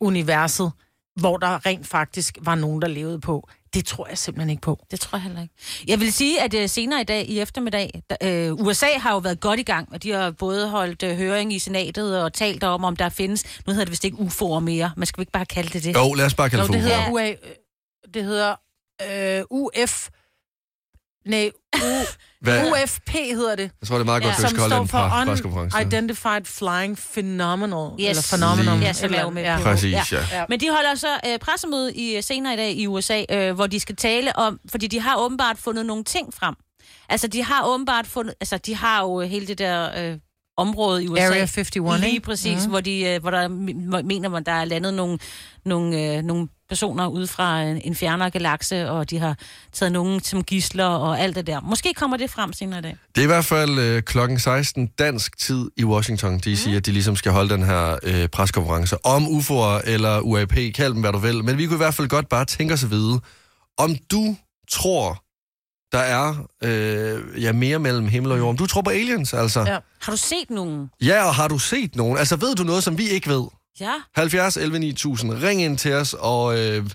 S2: universet, hvor der rent faktisk var nogen, der levede på. Det tror jeg simpelthen ikke på.
S3: Det tror jeg heller ikke. Jeg vil sige, at øh, senere i dag, i eftermiddag, der- øh, USA har jo været godt i gang, og de har både holdt øh, høring i senatet og talt om, om der findes... Nu hedder det vist ikke UFO'er mere. Man skal vel ikke bare kalde det det?
S1: Jo, lad os bare kalde det
S2: Jo, det
S1: for
S2: hedder,
S1: UFO'er.
S2: UA, øh, det hedder øh, UF... Nej, U,
S1: Hvad?
S2: UFP hedder det.
S1: Jeg tror, det er meget godt, at vi
S2: Som
S1: skal holde
S2: står
S1: en
S2: for
S1: pres- preskonference.
S2: Unidentified Flying Phenomenal.
S3: Yes.
S2: Eller Phenomenon.
S3: Lige. Ja, som er jo med på.
S1: Præcis, ja.
S3: Men de holder så øh, pressemøde i, øh, senere i dag i USA, øh, hvor de skal tale om, fordi de har åbenbart fundet nogle ting frem. Altså, de har åbenbart fundet, altså, de har jo hele det der øh, område i USA.
S2: Area 51,
S3: Lige
S2: ikke?
S3: præcis,
S2: Mhm.
S3: mm. hvor, de, øh, hvor der, m- mener man, der er landet nogle, nogle, øh, nogle personer ude fra en, en fjernere galakse, og de har taget nogen som gisler og alt det der. Måske kommer det frem senere i dag.
S1: Det er i hvert fald øh, klokken 16 dansk tid i Washington, de siger, at de ligesom skal holde den her øh, preskonference om UFO'er eller UAP, kald dem hvad du vil. Men vi kunne i hvert fald godt bare tænke os at vide, om du tror, der er øh, ja, mere mellem himmel og jord. Om du tror på aliens, altså. Ja.
S3: Har du set nogen?
S1: ja, og har du set nogen? Altså, ved du noget, som vi ikke ved?
S3: Ja.
S1: 70 11 9000. Ring ind til os, og, øh,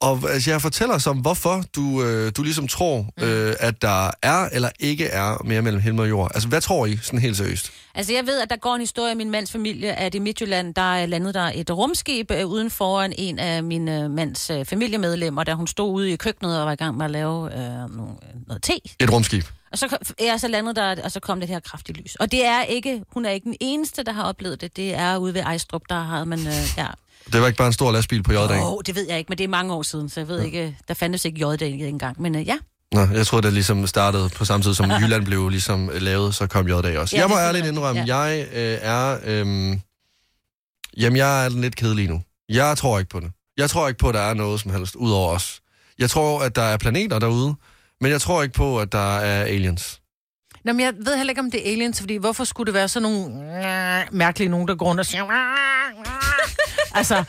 S1: og altså, jeg fortæller os om, hvorfor du, øh, du ligesom tror, øh, at der er eller ikke er mere mellem himmel og jord. Altså, hvad tror I, sådan helt seriøst?
S3: Altså, jeg ved, at der går en historie i min mands familie, at i Midtjylland, der er landet der et rumskib øh, uden foran en af min øh, mands øh, familiemedlemmer, da hun stod ude i køkkenet og var i gang med at lave øh, nogle, noget te.
S1: Et rumskib.
S3: Og så, kom- ja, så landede der, og så kom det her kraftige lys. Og det er ikke, hun er ikke den eneste, der har oplevet det. Det er ude ved Ejstrup, der har man, øh, ja.
S1: Det var ikke bare en stor lastbil på J-dagen.
S3: Åh, oh, det ved jeg ikke, men det er mange år siden, så jeg ved ja. ikke, der fandtes ikke J-dagen engang. Men øh, ja,
S1: Nå, jeg tror det ligesom startede på samme tid, som Jylland blev ligesom lavet, så kom J-dag også.
S3: Ja,
S1: Ja, jeg må
S3: det er
S1: ærligt
S3: rigtigt,
S1: indrømme, ja. jeg øh, er... Øh, jamen, jeg er lidt kedelig nu. Jeg tror ikke på det. Jeg tror ikke på, at der er noget som helst, udover os. Jeg tror, at der er planeter derude, men jeg tror ikke på, at der er aliens.
S2: Nå, men jeg ved heller ikke, om det er aliens, fordi hvorfor skulle det være sådan nogle øh, mærkelige nogen, der går rundt og siger... altså,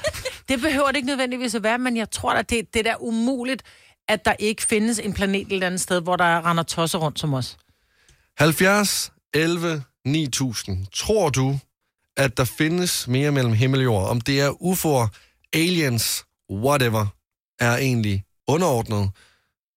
S2: det behøver det ikke nødvendigvis at være, men jeg tror da, det, det er da umuligt, at der ikke findes en planet et eller andet sted, hvor der render tosser rundt som os.
S1: 70, 11, 9000. Tror du, at der findes mere mellem himmel og jord? Om det er UFO'er, aliens, whatever, er egentlig underordnet.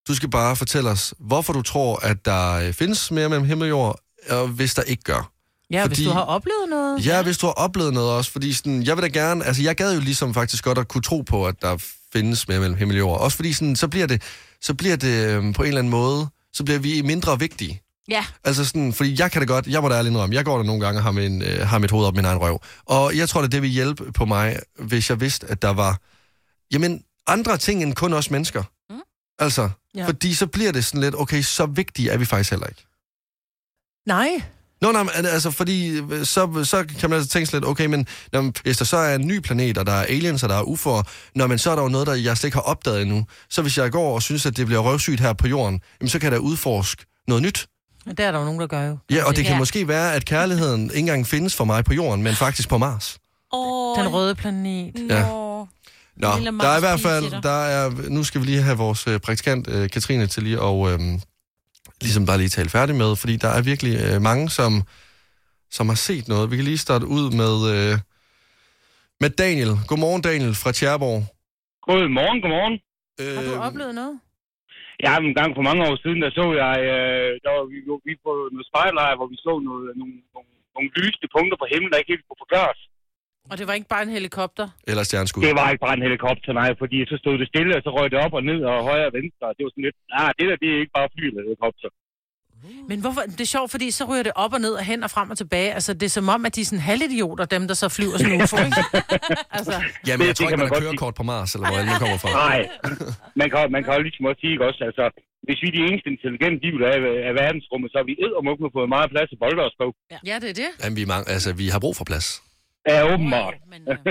S1: Du skal bare fortælle os, hvorfor du tror, at der øh, findes mere mellem himmel og jord, og hvis der ikke gør.
S2: Ja, Fordi...
S1: Fordi-
S2: hvis du har oplevet noget.
S1: Ja, hvis du har oplevet noget også, fordi sådan, jeg vil da gerne, altså jeg gad jo ligesom faktisk godt at kunne tro på, at der findes mere mellem himmel og jord. Også fordi sådan, så bliver det, så bliver det øhm, på en eller anden måde, så bliver vi mindre vigtige.
S3: ja.
S1: Altså sådan, fordi jeg kan da godt, jeg må da ærligt indrømme, jeg går der nogle gange og har, min, øh, har mit hoved op min egen røv. Og jeg tror da, det ville hjælpe på mig, hvis jeg vidste, at der var, jamen, andre ting end kun os mennesker. Mm. Altså,
S2: Ja.
S1: ja. fordi så bliver det sådan lidt, okay, så vigtige er vi faktisk heller ikke.
S2: Nej.
S1: Nå, nej, men altså, fordi øh, så, så kan man altså tænke sig lidt, okay, men nå, men hvis der så er en ny planet, og der er aliens, og der er UFO'er, nå, men så er der jo noget, der jeg slet ikke har opdaget endnu. Så hvis jeg går og synes, at det bliver røvsygt her på jorden, jamen, så kan jeg da udforske noget nyt.
S2: Men det er der jo nogen, der gør jo.
S1: Ja, og det kan
S2: Ja.
S1: måske være, at kærligheden ikke engang findes for mig på jorden, men faktisk på Mars.
S3: Oh,
S2: Den røde planet.
S1: Ja. Nå,
S2: Lille
S1: der er i
S2: Mars
S1: hvert
S2: spiser.
S1: fald, der er, nu skal vi lige have vores øh, praktikant øh, Katrine til lige og øh, ligesom bare lige tale færdig med, fordi der er virkelig øh, mange, som, som har set noget. Vi kan lige starte ud med, øh, med Daniel. Godmorgen Daniel fra Øh, Tjerborg.
S11: Godmorgen, godmorgen.
S2: Har
S1: Øhm.
S2: du oplevet noget?
S11: Ja, en gang for mange år siden, der så jeg, øh, der var vi, vi på noget spejlejr, hvor vi så noget, nogle, nogle, nogle lysende punkter på himlen, der ikke helt kunne forklares.
S2: Og det var ikke bare en helikopter.
S1: Eller stjerneskud.
S11: Det var ikke bare en helikopter, nej, fordi så stod det stille, og så røg det op og ned og højre og venstre. og Det var sådan lidt, nej, det der, det er ikke bare fly eller helikopter.
S2: Men hvorfor? Det er sjovt, fordi så ryger det op og ned og hen og frem og tilbage. Altså, det er som om, at de er sådan halvidioter, dem der så flyver sådan nogle altså.
S1: Jamen, jeg tror ikke,
S11: kan
S1: man
S11: man
S1: har
S11: godt
S1: kørekort på Mars, eller hvor jeg nu kommer fra.
S11: Nej, man kan, man kan jo ligesom også sige, ikke også, altså, hvis vi er de eneste intelligente liv, der er i- af verdensrummet, så har vi eddermukke fået meget plads til bolde og skov.
S2: Ja, det er det.
S1: Jamen, vi, er mange, altså, vi har brug for plads.
S11: Ja, åbenbart.
S2: øh.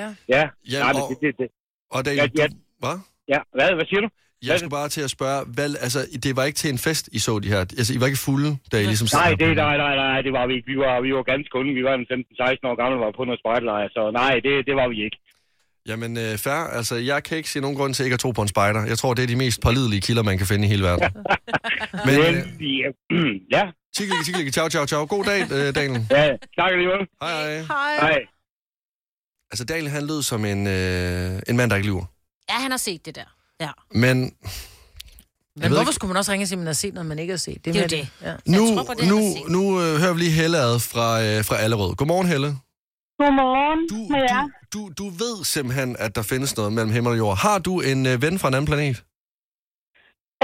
S2: Ja.
S11: ja,
S1: Ja,
S11: nej, men
S1: og-
S11: det, det, det.
S1: Og Daniel,
S11: Ja, ja.
S1: Du, hvad?
S11: Ja, hvad, hvad siger du?
S1: Jeg skulle bare til at spørge, hvad, altså, det var ikke til en fest, I så de her. Altså, I var ikke fulde, da I ligesom sad
S11: Nej,
S1: her på
S11: det,
S1: den.
S11: nej, nej, nej, det var vi ikke. Vi var, vi var ganske unge. Vi var en 15-16 år gamle og var på noget spejtlejr, så nej, det, det var vi ikke.
S1: Jamen, øh, fair. Altså, jeg kan ikke se nogen grund til ikke at tro på en spider. Jeg tror, det er de mest pålidelige kilder, man kan finde i hele verden. Men, øh,
S11: ja.
S1: Tikkelikke, tikkelikke, ciao, ciao, ciao. God dag, øh, Daniel.
S11: Ja, tak alligevel.
S1: Hej, hej.
S2: Hej.
S11: Hej.
S1: Altså, Daniel, han lød som en, øh, en mand, der ikke lyver.
S3: Ja, han har set det der. Ja.
S1: Men
S2: Men
S1: ved
S2: hvorfor
S1: ikke-
S2: skulle man også ringe og sige, at man har set noget, man ikke har set?
S3: Det er
S2: mere
S3: jo
S2: Ja.
S1: nu, nu, nu øh, hører vi lige Helle ad fra, øh, fra Allerød. Godmorgen, Helle.
S12: Godmorgen
S1: du,
S12: med jer.
S1: Du, du ved simpelthen, at der findes noget mellem himmel og jord. Har du en øh, ven fra en anden planet?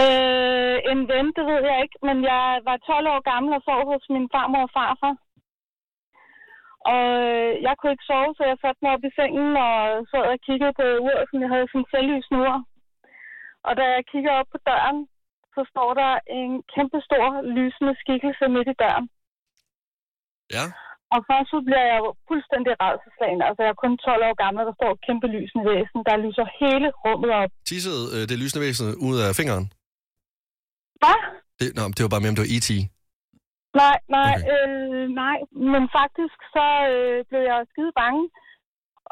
S12: Øh, en ven, det ved jeg ikke, men jeg var 12 år gammel og sov hos min farmor og farfar. Og øh, jeg kunne ikke sove, så jeg satte mig op i sengen og sad og kiggede på uret, som jeg havde som selvlysende ur. Og da jeg kigger op på døren, så står der en kæmpe stor lysende skikkelse midt i døren.
S1: Ja.
S12: Og først så bliver jeg jo fuldstændig redselslagen. Altså, jeg er kun 12 år gammel, og der står et kæmpe lysende væsen, der lyser hele rummet op.
S1: Tissede øh, det lysende væsen ud af fingeren?
S12: Hvad?
S1: Det, nå, det var bare mere, om det var E E.T.
S12: Nej, nej, okay. øh, nej. Men faktisk så øh, blev jeg skide bange.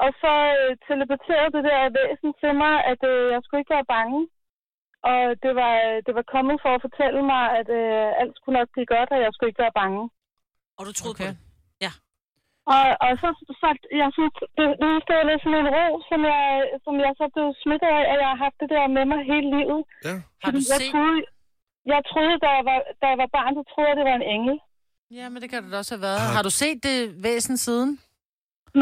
S12: Og så øh, teleporterede det der væsen til mig, at øh, jeg skulle ikke være bange. Og det var, det var kommet for at fortælle mig, at øh, alt skulle nok blive godt, og jeg skulle ikke være bange.
S3: Og du troede okay. på det?
S12: Og, og så, så jeg synes, det udstod lidt sådan en ro, som jeg, som jeg så blev smidt af, at jeg har haft det der med mig hele livet.
S1: Ja.
S2: Har du
S12: jeg
S2: set-
S12: Troede, jeg troede, da jeg, var, da jeg var barn, så troede jeg, det var en engel.
S2: Ja, men det kan det da også have været. Har du set det væsen siden?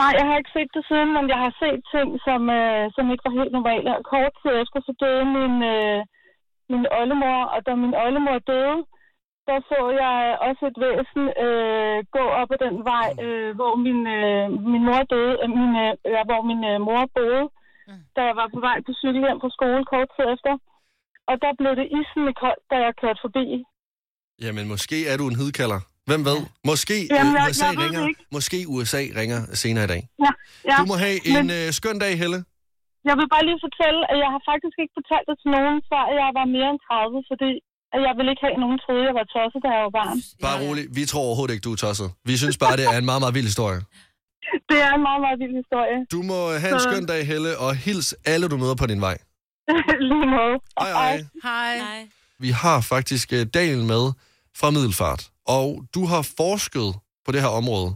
S12: Nej, jeg har ikke set det siden, men jeg har set ting, som, øh, som ikke var helt normale. Og kort tid efter, så døde min, øh, min oldemor, og da min oldemor døde, der så jeg også et væsen øh, gå op ad den vej, øh, hvor min, øh, min mor døde, øh, min, øh, ja, hvor min øh, mor boede,
S1: Mm.
S12: da jeg var på vej på cykel hjem fra skole kort tid efter. Og der blev det isende koldt, da jeg kørte forbi.
S1: Jamen, måske er du en hidkalder. Hvem ved? Måske
S12: Jamen, jeg-
S1: øh,
S12: jeg
S1: USA
S12: ved det
S1: ringer.
S12: ikke.
S1: Måske USA ringer senere i dag.
S12: Ja, ja.
S1: Du må have en øh, skøn dag, Helle.
S12: Jeg vil bare lige fortælle, at jeg har faktisk ikke fortalt det til nogen, før jeg var mere end 30, fordi at jeg ville ikke have, at nogen troede, jeg var tosset, da jeg var barn.
S1: Bare rolig. Vi tror overhovedet ikke, du er tosset. Vi synes bare, det er en meget, meget vild historie.
S12: Det er en meget, meget vild historie.
S1: Du må øh, have en skøn dag, Helle, og hils alle, du møder på din vej.
S12: lige måde.
S1: Hej, hej.
S2: Hej. Nej.
S1: Vi har faktisk øh, Daniel med fra Middelfart, og du har forsket på det her område.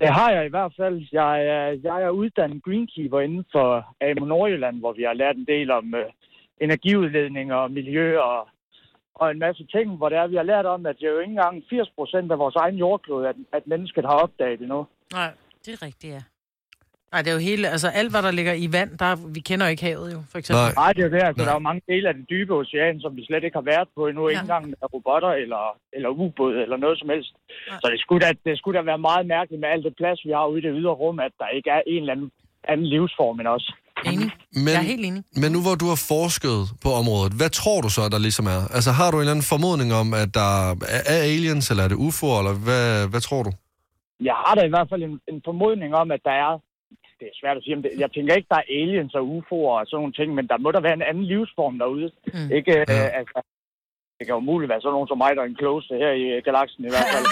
S13: Det har jeg i hvert fald. Jeg er, jeg er uddannet greenkeeper inden for AMO Nordjylland, hvor vi har lært en del om øh, energiudledning og miljø og, og en masse ting, hvor det er, vi har lært om, at det er jo ikke engang 80 procent af vores egen jordklode, at, at mennesket har opdaget endnu.
S2: Nej, det er rigtigt, ja. Nej, det er jo hele, altså alt, hvad der ligger i vand, der, vi kender jo ikke havet jo, for eksempel.
S13: Nej, det er jo det. Altså, der er jo mange dele af den dybe ocean, som vi slet ikke har været på endnu, ja. ikke engang med robotter eller, eller ubåde eller noget som helst. Så det skulle, da, det skulle da være meget mærkeligt med alt det plads, vi har ude i det ydre rum, at der ikke er en eller anden, anden livsform end os.
S1: Men,
S13: Jeg er helt enig.
S1: Men nu hvor du har forsket på området, hvad tror du så, der ligesom er? Altså har du en eller anden formodning om, at der er er aliens, eller er det UFO'er, eller hvad, hvad tror du?
S13: Jeg har da i hvert fald en, en formodning om, at der er... Det er svært at sige, men det, jeg tænker ikke, der er aliens og UFO'er og sådan nogle ting, men der må der være en anden livsform derude.
S2: Mm.
S13: Ikke, øh, altså, det kan umuligt være sådan nogen som mig, der er en klogeste her i øh, galaksen i hvert fald.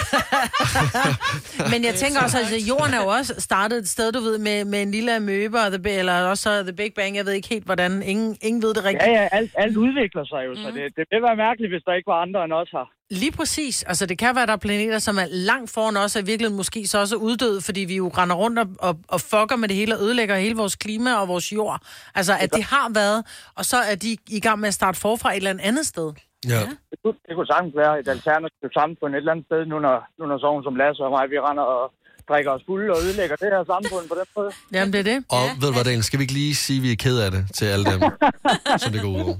S2: Men jeg tænker også, at altså, jorden er jo også startet et sted, du ved, med, med en lille amøbe, og the, Bi- eller også så The Big Bang, jeg ved ikke helt, hvordan, ingen, ingen ved det rigtigt.
S13: Ja, ja, alt, alt udvikler sig jo, mm. så det, det ville være mærkeligt, hvis der ikke var andre end os her.
S2: Lige præcis. Altså, det kan være, at der er planeter, som er langt foran os, og i virkeligheden måske så også er uddøde, fordi vi jo render rundt og, og, og fucker med det hele og ødelægger hele vores klima og vores jord. Altså, at det har været, og så er de i gang med at starte forfra et eller andet andet sted.
S1: Ja.
S13: Det, kunne, det kunne sagtens være et alternativt samfund et eller andet sted, nu når, nu når sådan som Lasse og mig, vi render og drikker os fulde og ødelægger det her samfund på den måde.
S2: Jamen, det er det.
S1: Og ved du hvad, Daniel, skal vi ikke lige sige, at vi er ked af det til alle dem, som det går ud over?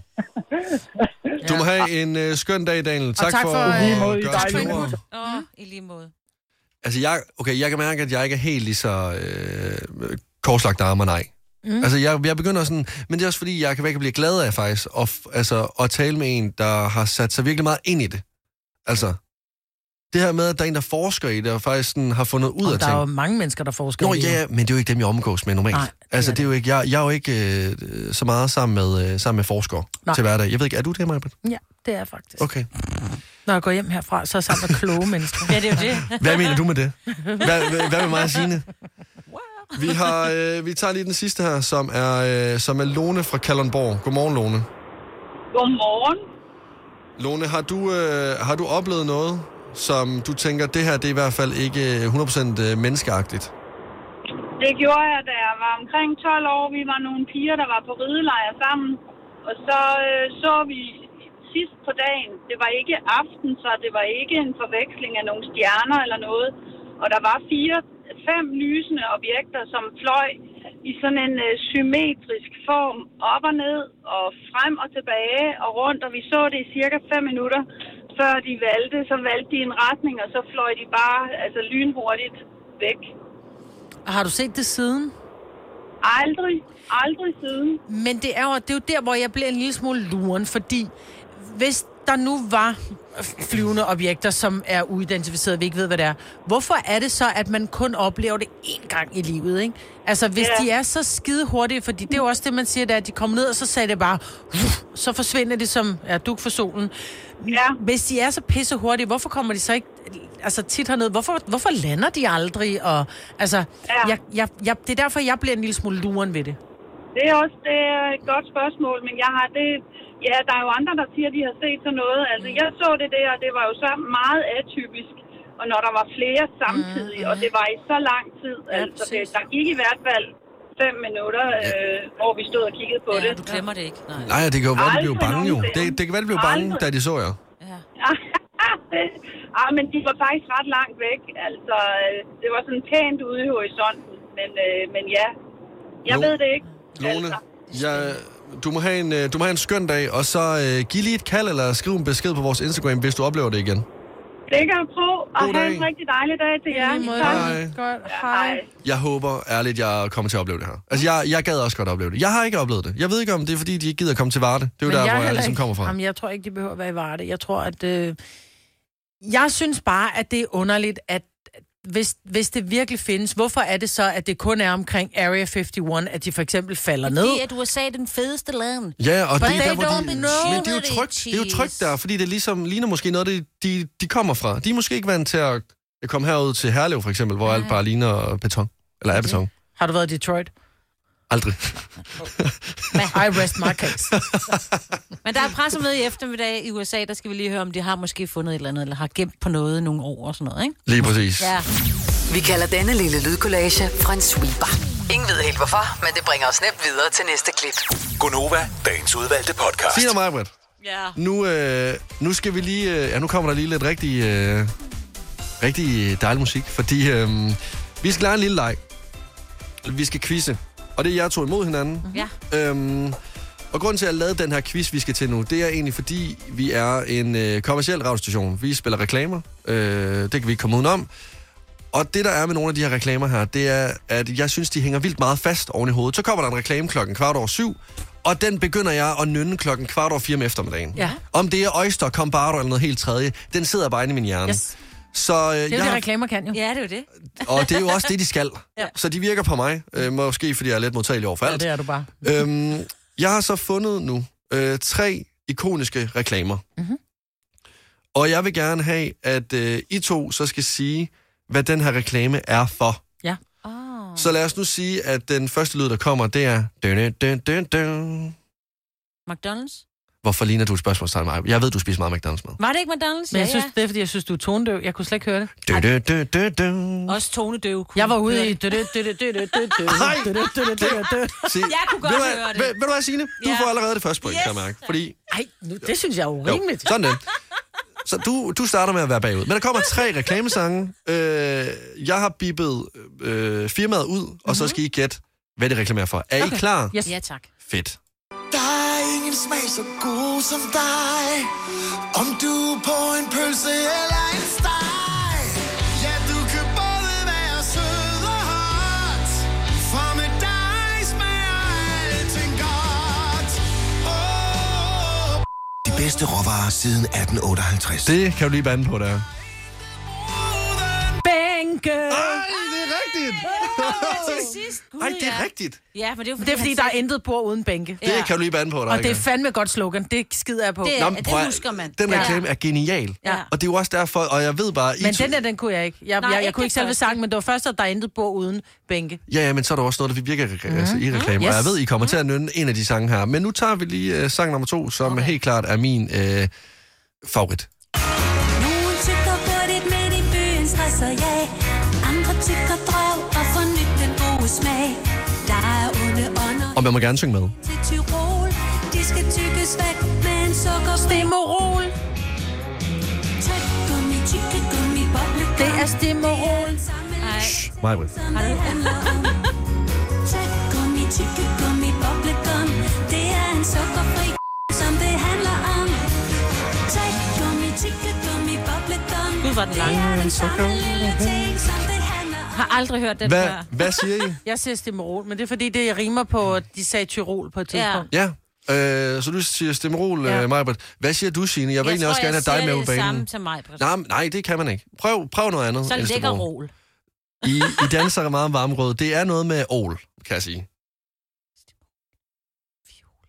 S1: Du må have en øh, skøn dag, Daniel. Tak, for, at gøre os klogere.
S3: Åh,
S12: Hm?
S3: oh, i lige måde.
S1: Altså, jeg, okay, jeg kan mærke, at jeg ikke er helt lige så øh, korslagt arme og nej. Mm. Altså, jeg, jeg begynder sådan... Men det er også fordi, jeg kan ikke blive glad af faktisk at, f- altså, at tale med en, der har sat sig virkelig meget ind i det. Altså, det her med, at der er en, der forsker i det, og faktisk sådan, har fundet ud
S2: Og
S1: af
S2: der er jo
S1: ting.
S2: mange mennesker, der forsker
S1: Nå
S2: i det.
S1: ja, men det er jo ikke dem, jeg omgås med normalt.
S2: Nej, det
S1: altså, det er jo ikke, jeg, jeg er jo ikke øh, øh, så meget sammen med, øh, sammen med forskere
S2: Nej.
S1: til hverdag. Jeg ved ikke, er du det, Maja?
S2: Ja, det er faktisk.
S1: Okay.
S2: Når jeg går hjem herfra, så er jeg sammen med kloge mennesker. ja, det er jo det.
S1: Hvad mener du med det? Hvad, hvad, hvad med mig og Signe? Vi, har, øh, vi tager lige den sidste her, som er, øh, som er Lone fra Kalundborg. Godmorgen, Lone.
S14: Godmorgen.
S1: Lone, har du, øh, har du oplevet noget, som du tænker, det her det er i hvert fald ikke øh, 100% øh, menneskeagtigt?
S14: Det gjorde jeg, da jeg var omkring 12 år. Vi var nogle piger, der var på ridelejr sammen. Og så øh, så vi sidst på dagen. Det var ikke aften, så det var ikke en forveksling af nogle stjerner eller noget. Og der var fire, fem lysende objekter, som fløj i sådan en øh, symmetrisk form op og ned og frem og tilbage og rundt. Og vi så det i cirka 5 minutter, før de valgte. Så valgte de en retning, og så fløj de bare altså lynhurtigt væk.
S2: Har du set det siden?
S14: Aldrig. Aldrig siden.
S2: Men det er, jo, det er jo der, hvor jeg bliver en lille smule luren, fordi hvis der nu var flyvende objekter, som er uidentificerede, vi ikke ved, hvad det er. Hvorfor er det så, at man kun oplever det én gang i livet, ikke? Altså, hvis
S14: Ja.
S2: ja. de er så skide hurtige, fordi det er jo også det, man siger, det er, at de kommer ned, og så sagde det bare, så forsvinder det som ja, duk for solen.
S14: Ja.
S2: Hvis de er så pisse hurtige, hvorfor kommer de så ikke altså tit herned? Hvorfor, hvorfor lander de aldrig? Og, altså, ja. jeg, jeg, jeg, det er derfor, jeg bliver en lille smule luren ved det.
S14: Det er også det er et godt spørgsmål, men jeg har det... Ja, der er jo andre, der siger, at de har set sådan noget. Altså, jeg så det der, og det var jo så meget atypisk. Og når der var flere samtidig, og det var i så lang tid. Altså, det, der gik i hvert fald fem minutter, øh, hvor vi stod og kiggede på ja, det. du
S3: glemmer det ikke. Nej,
S1: Nej, det kan jo være, de blev
S14: Aldrig
S1: bange jo.
S14: nogensinde.
S1: Det, det kan være, de blev bange,
S14: Aldrig.
S1: da de så jer.
S14: ah, men de var faktisk ret langt væk. Altså, øh, det var sådan pænt ude i horisonten. Men, øh, men ja, jeg
S1: Jo.
S14: ved det ikke.
S1: Lone, jeg, du, må have en, øh, du må have en skøn dag, og så øh, giv lige et kald eller skriv en besked på vores Instagram, hvis du oplever det igen.
S14: Det kan jeg prøve. Og
S1: God
S14: have
S1: dag.
S14: en rigtig dejlig dag til jer.
S1: Tak. Hej.
S2: Godt, hej.
S1: Jeg håber ærligt, jeg kommer til at opleve det her. Altså, jeg, jeg gad også godt opleve det. Jeg har ikke oplevet det. Jeg ved ikke, om det er, fordi de ikke gider komme til Varde. Det er jo
S2: Men
S1: der,
S2: er
S1: hvor jeg
S2: heller
S1: ligesom
S2: ikke-
S1: kommer fra.
S2: Jamen, jeg tror ikke, de behøver at være i Varde. Jeg tror, at... Øh, jeg synes bare, at det er underligt, at hvis, hvis det virkelig findes, hvorfor er det så, at det kun er omkring Area 51, at de for eksempel falder ned?
S3: Fordi at USA er den fedeste land.
S1: Ja, og
S2: But
S1: det er,
S2: they
S1: der, hvor de,
S2: don't know
S1: men det er jo
S2: the
S1: trygt. Det er jo trygt der, fordi det ligesom ligner måske noget, de, de, de kommer fra. De er måske ikke vant til at komme herud til Herlev, for eksempel, hvor alt bare ligner beton. Eller er beton.
S2: Har du været i Detroit?
S1: Aldrig.
S2: I rest my case.
S3: Men der er pressemøde i eftermiddag i USA, der skal vi lige høre, om de har måske fundet et eller andet, eller har gemt på noget i nogle år og sådan noget, ikke?
S1: Lige præcis.
S3: Ja.
S10: Vi kalder denne lille lydkollage en sweeper. Ingen ved helt hvorfor, men det bringer os nemt videre til næste klip.
S7: Gonova, dagens udvalgte podcast.
S1: Sig dig mig, Britt.
S3: Ja.
S1: Nu, øh, nu skal vi lige... Øh, ja, nu kommer der lige lidt rigtig, øh, rigtig dejlig musik, fordi øh, vi skal lege en lille leg. Vi skal quizze, og det er jer to imod hinanden.
S3: Ja.
S1: Øhm, og grunden til, at jeg lavede den her quiz, vi skal til nu, det er egentlig, fordi vi er en øh, kommersiel radiostation. Vi spiller reklamer. Øh, det kan vi ikke komme udenom. Og det, der er med nogle af de her reklamer her, det er, at jeg synes, de hænger vildt meget fast oven i hovedet. Så kommer der en reklame klokken kvart over syv, og den begynder jeg at nynne klokken kvart over fire om eftermiddagen.
S2: Ja.
S1: Om det er Oyster, Combardo eller noget helt tredje, den sidder bare inde i min hjerne.
S2: Yes.
S1: Så, øh,
S2: Det er
S1: jeg
S2: jo det,
S1: har-
S2: reklamer kan jo.
S3: Ja, det er jo det.
S1: og det er jo også det, de skal.
S2: Ja.
S1: Ja. Så de virker på mig. Øh, måske fordi jeg er lidt modtagelig over for
S2: Ja,
S1: alt.
S2: det er du bare.
S1: Øhm, jeg har så fundet nu øh, tre ikoniske reklamer.
S2: Mhm.
S1: Mm-hmm. Og jeg vil gerne have, at øh, I to så skal sige, hvad den her reklame er for.
S2: Ja.
S3: Ah.
S1: Oh. Så lad os nu sige, at den første lyd, der kommer, det er... Dun, dun, dun, dun.
S3: McDonald's?
S1: Hvorfor ligner du et spørgsmålstegn mig? Jeg ved, du spiser meget McDonald's mad.
S3: Var det ikke McDonald's?
S2: Men jeg synes, det er, fordi jeg synes, du er tonedøv. Jeg kunne slet ikke høre det.
S1: Dun, dun, dun, dun, dun.
S3: Også tonedøv. kunne
S2: Jeg var
S3: høre
S2: ude i...
S3: det.
S1: Se,
S3: Jeg kunne
S1: ved
S3: godt
S1: du hvad-
S3: høre det.
S1: Ved, ved du hvad, Signe? Du
S3: Ja.
S1: får allerede det første point, yes. kan jeg mærke. Fordi
S2: Ej, nu, det synes jeg er
S1: Jo,
S2: urimeligt.
S1: sådan det. Så du, du starter med at være bagud. Men der kommer tre reklamesange. Øh, jeg har bippet øh, firmaet ud, og mm-hmm. så skal I gætte, hvad det reklamerer for. Er okay. I klar?
S2: Yes. Mhm. Ja, tak.
S1: Fedt.
S7: Der er ingen smag så god som dig. Om du er på en pølse eller en steg. Ja, du kan både være sød og hot. For med dig smager alting godt. Oh.
S1: De bedste råvarer siden 1858. Det kan du lige bande på, der.
S2: Bænke!
S1: Ej, det er rigtigt!
S3: Til sidst. Gud,
S1: Ej, det er
S3: ja.
S1: rigtigt.
S3: Ja, men det er jo fordi,
S2: Det er, fordi
S3: han
S2: der er
S3: sagde-
S2: intet bord uden bænke.
S1: Det kan du lige bande på, der.
S2: Og det er fandme et godt slogan. Det skider jeg på.
S3: Det er- Nå, men det prøv at- husker man.
S1: Den
S2: Ja.
S1: reklame er genial.
S2: Ja.
S1: Og det er jo også derfor, og jeg ved bare... I
S2: Men
S1: to-
S2: den der, den kunne jeg ikke. Jeg,
S3: Nej,
S2: Nej, jeg, jeg
S3: ikke
S2: kunne ikke
S3: det
S2: selve
S3: første.
S2: sangen, men det var først, at der er intet bord uden bænke.
S1: Ja, ja, men så er der også noget, der virker mm. altså, i reklamer.
S2: Mm.
S1: Yes. Og jeg
S2: Yes.
S1: ved, I kommer til at nynne en af de sange her. Men nu tager vi lige uh, sang nummer to, som okay. helt klart er min uh, favorit.
S15: Nogen tykker hurtigt, men i byen stresser jeg. Andre tykker drøv og får nyt den gode
S1: Og man må gerne synge med.
S15: til Tyrol. De skal tykkes væk med en sukkerstemmerol. Tyggegummi, tyggegummi, boblegum.
S2: Det er stemmerol.
S15: Nej.
S1: Mig, Britt.
S15: Har du? Tyggegummi, tyggegummi, boblegum. Det er en sukkerfri som det handler om. Tyggegummi, tyggegummi, boblegum.
S3: Gud, hvor er den lang.
S15: Det er den samme lille ting, som det handler om.
S3: Har aldrig hørt den
S1: Hvad-
S3: før.
S1: hvad siger I?
S2: Jeg siger stemmerol, men det er fordi, det rimer på, at de sagde Tyrol på et tidspunkt.
S1: Ja. Øh, så du siger stemmerol, ja. Majbert. Hvad siger du, Signe? Jeg vil egentlig også gerne have dig med på banen.
S3: til mig. Britt.
S1: Nej, men- nej, det kan man ikke. Prøv, prøv noget andet.
S3: Så
S1: end
S3: lækker
S1: stemmerol.
S3: rol.
S1: I, I danser meget om varmgrød. Det er noget med ål, kan jeg sige.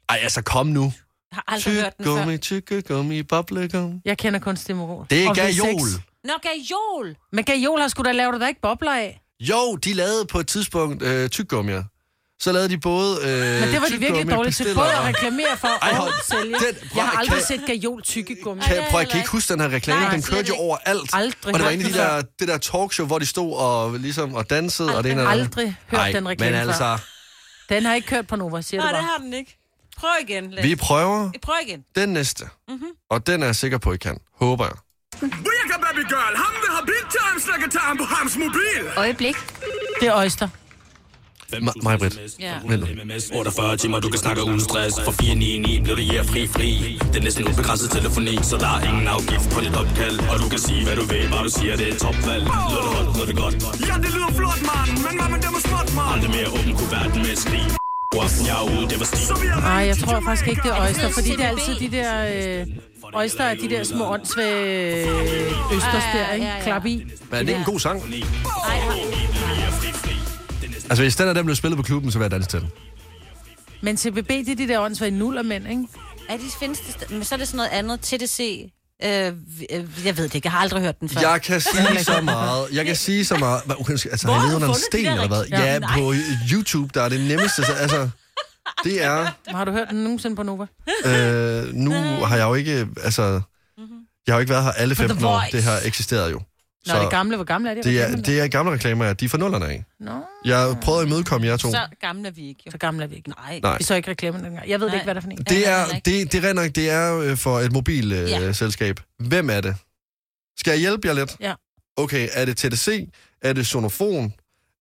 S1: Ej, altså kom nu.
S3: Jeg har aldrig hørt den før.
S1: Gummi, tykke gummi, boblegum.
S2: Jeg kender kun stemmerol.
S1: Det er
S2: Og
S1: gajol.
S2: V6.
S3: Nå, gajol.
S2: Men gajol har sgu da lavet der ikke bobler af.
S1: Jo, de lavede på et tidspunkt øh, tyggegummier. Så lavede de både øh,
S2: Men det var de virkelig
S1: tyggegummi,
S2: dårlige til.
S1: pastiller
S2: Både at
S1: og-
S2: reklamere for
S1: Ej,
S2: og
S1: hold-
S2: sælge.
S1: Den- prøv
S2: Jeg
S1: at-
S2: har aldrig
S1: kan-
S2: set gajol tykkegummi.
S1: Kan, prøv, jeg kan ikke huske den her reklame, den kørte jo overalt. og
S2: Aldrig
S1: det var
S2: hørt
S1: inde i de
S2: den før.
S1: der, det der talkshow, hvor de stod og, ligesom, og dansede. og det ene og det andet.
S2: Aldrig hørt
S1: Ej,
S2: den reklame
S1: men altså,
S2: Den har ikke kørt på Nova, siger
S3: Nej,
S2: du
S3: det
S2: bare.
S3: har den ikke. Prøv igen. Lasse.
S1: vi prøver
S3: Prøv igen.
S1: den næste.
S3: Mhm.
S1: Og den er jeg sikker på, I kan. Håber jeg.
S7: Virker, baby girl! Ham vil have biltermslækketarm på hams mobil!
S2: Øjeblik. Det er Øjster.
S1: Ma- Majbrit.
S2: Ja.
S1: Vent nu.
S16: 48 timer, du kan snakke uden stress For 499 bliver det her fri fri Det er næsten ubegrænset telefoni Så der er ingen afgift på dit opkald Og du kan sige, hvad du vil, bare du siger det er topvalg Lyder det hårdt, lyder det godt
S7: Ja, det lyder flot, mand! Men hvad med dem og småt, mand?
S16: Aldrig mere åben kunne verden med et skrig Ruffen, jeg er ude, det var stil
S2: Nej, jeg tror faktisk ikke, det er Øjster, fordi det er altid de der... Øh, Øjster er de der små åndssvage øh, østers der, ikke? Klap i.
S1: Men er det ikke en god sang?
S2: Ej,
S1: Altså, hvis den er den blev spillet på klubben, så vil jeg danse til den.
S2: Men CBB, det er de der åndssvage nullermænd, ikke?
S3: Er de findes det sted? Men så er det sådan noget andet. TDC. Øh, vi- øh, jeg ved det ikke. Jeg har aldrig hørt den før.
S1: Jeg kan sige så meget. Jeg kan sige så meget. Hvad, okay, altså,
S3: Hvor
S1: har
S3: har
S1: jeg
S3: du
S1: nede under en
S3: fundet de
S1: sten,
S3: der
S1: eller hvad?
S3: rigtige?
S1: Ja,
S3: Nej.
S1: på YouTube, der er det nemmeste. Så, altså, det er...
S2: Har du hørt den nogensinde på Nova?
S1: Øh, nu har jeg jo ikke... Altså, jeg har jo ikke været her alle
S2: For The
S1: 15 år.
S2: Voice.
S1: Det har eksisteret jo.
S2: Nå, det gamle, hvor gamle er det?
S1: Det er, det er gamle reklamer, ja. de er fra nullerne af.
S2: Nå.
S1: Jeg prøvede at imødekomme jer to.
S2: Så gamle er vi ikke, jo. Så gamle er vi ikke. Nej.
S1: Nej.
S2: Vi så ikke reklamen dengang. Jeg ved det ikke, hvad der er for en.
S1: Det er, det, det er nok, det er øh, for et mobilselskab.
S2: Ja.
S1: Øh, selskab. Hvem er det? Skal jeg hjælpe jer lidt?
S2: Ja.
S1: Okay, er det TDC? Er det Sonofon?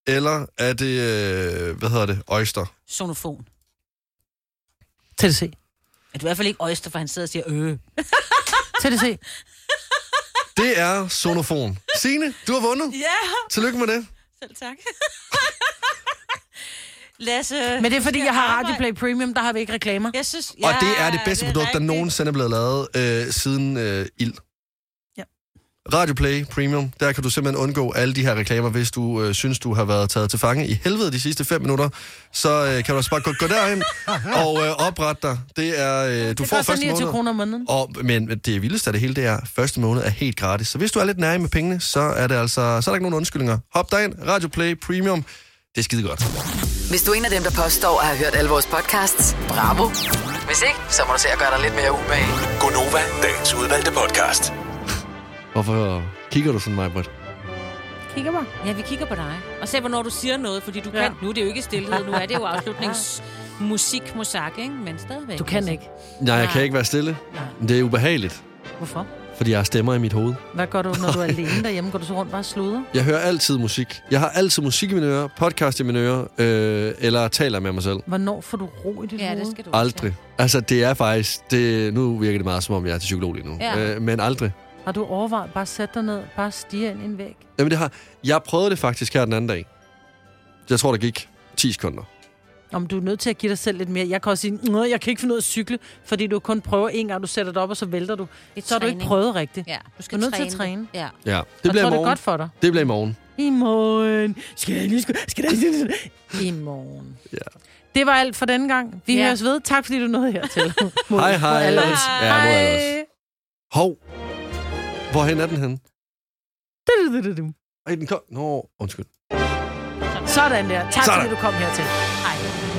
S1: Eller er det, øh, hvad hedder det, Oyster?
S3: Sonofon.
S2: TDC.
S3: Er du i hvert fald ikke Øjster, for han sidder og siger øh.
S2: TDC.
S1: Det er Sonofon. Signe, du har vundet.
S3: Ja.
S1: Tillykke med det.
S3: Selv tak. Lasse...
S2: Men det er fordi, jeg har Radio Play Premium, der har vi ikke reklamer.
S3: Jeg synes,
S1: Og det er det bedste produkt, der nogensinde er blevet lavet øh, siden øh, ild.
S2: Ja.
S1: Radio Play Premium, der kan du simpelthen undgå alle de her reklamer, hvis du øh, synes, du har været taget til fange i helvede de sidste 5 minutter. Så øh, kan du også bare gå, gå derind og øh, oprette dig. Det er, øh, du
S2: det
S1: får
S2: koster
S1: første
S2: 29
S1: måned.
S2: kroner om måneden.
S1: Og, men det vildeste af det hele, det er, første måned er helt gratis. Så hvis du er lidt nær med pengene, så er, det altså, så er der ikke nogen undskyldninger. Hop dig ind, Radio Play Premium. Det er skide godt.
S10: Hvis du er en af dem, der påstår at have hørt alle vores podcasts, bravo. Hvis ikke, så må du se at gøre dig lidt mere umage.
S16: Gonova, dagens udvalgte podcast
S1: Hvorfor kigger du sådan mig, Britt?
S2: Kigger mig.
S3: Ja, vi kigger på dig. Og se, hvornår du siger noget, fordi du ja. kan. Nu er det jo ikke stillhed. Nu er det jo afslutningsmusik, mosak, ikke? Men stadigvæk.
S2: Du kan ikke.
S1: Nej, jeg kan ikke være stille. Det er ubehageligt,
S2: Hvorfor?
S1: fordi jeg har stemmer i mit hoved.
S2: Hvad gør du, når du er alene derhjemme? Går du så rundt bare og sluder?
S1: Jeg hører altid musik. Jeg har altid musik i mine ører, podcast i mine ører, øh, eller taler med mig selv.
S2: Hvornår får du ro i dit ja, det skal du.
S1: Aldrig. Altså, det er faktisk... Det, nu virker det meget, som om jeg er til psykolog lige nu.
S2: Ja.
S1: Øh, men aldrig.
S2: Har du overvejet bare at sætte dig ned, bare stige ind i en væg?
S1: Jamen, det har... Jeg prøvede det faktisk her den anden dag. Jeg tror, det gik 10 sekunder.
S2: Om du er nødt til at give dig selv lidt mere. Jeg kan også sige, at jeg kan ikke finde ud af at cykle, fordi du kun prøver en gang, du sætter dig op, og så vælter du. Så har du ikke
S3: træning.
S2: prøvet rigtigt.
S3: Ja,
S2: du skal du er nødt til at træne.
S3: Ja.
S1: Ja, det
S2: Jeg
S1: bliver
S2: tror,
S1: i
S2: det er
S1: morgen.
S2: godt for dig.
S1: Det bliver i morgen.
S2: I morgen. Skal jeg lige sku... Skal der lige... I morgen.
S1: Ja.
S2: Det var alt for denne gang. Vi
S1: Ja.
S2: ja. høres ved. Tak fordi du nåede hertil. Mod-
S1: Hej, hej.
S2: mod alle os.
S1: Ja, mod alle os. Hov. Hvorhen er den henne?
S2: Du-du-du-du-du.
S1: Ej, den kom... Nå, undskyld.
S2: Sådan der. Tak
S1: Sådan.
S2: fordi du kom hertil. Hej.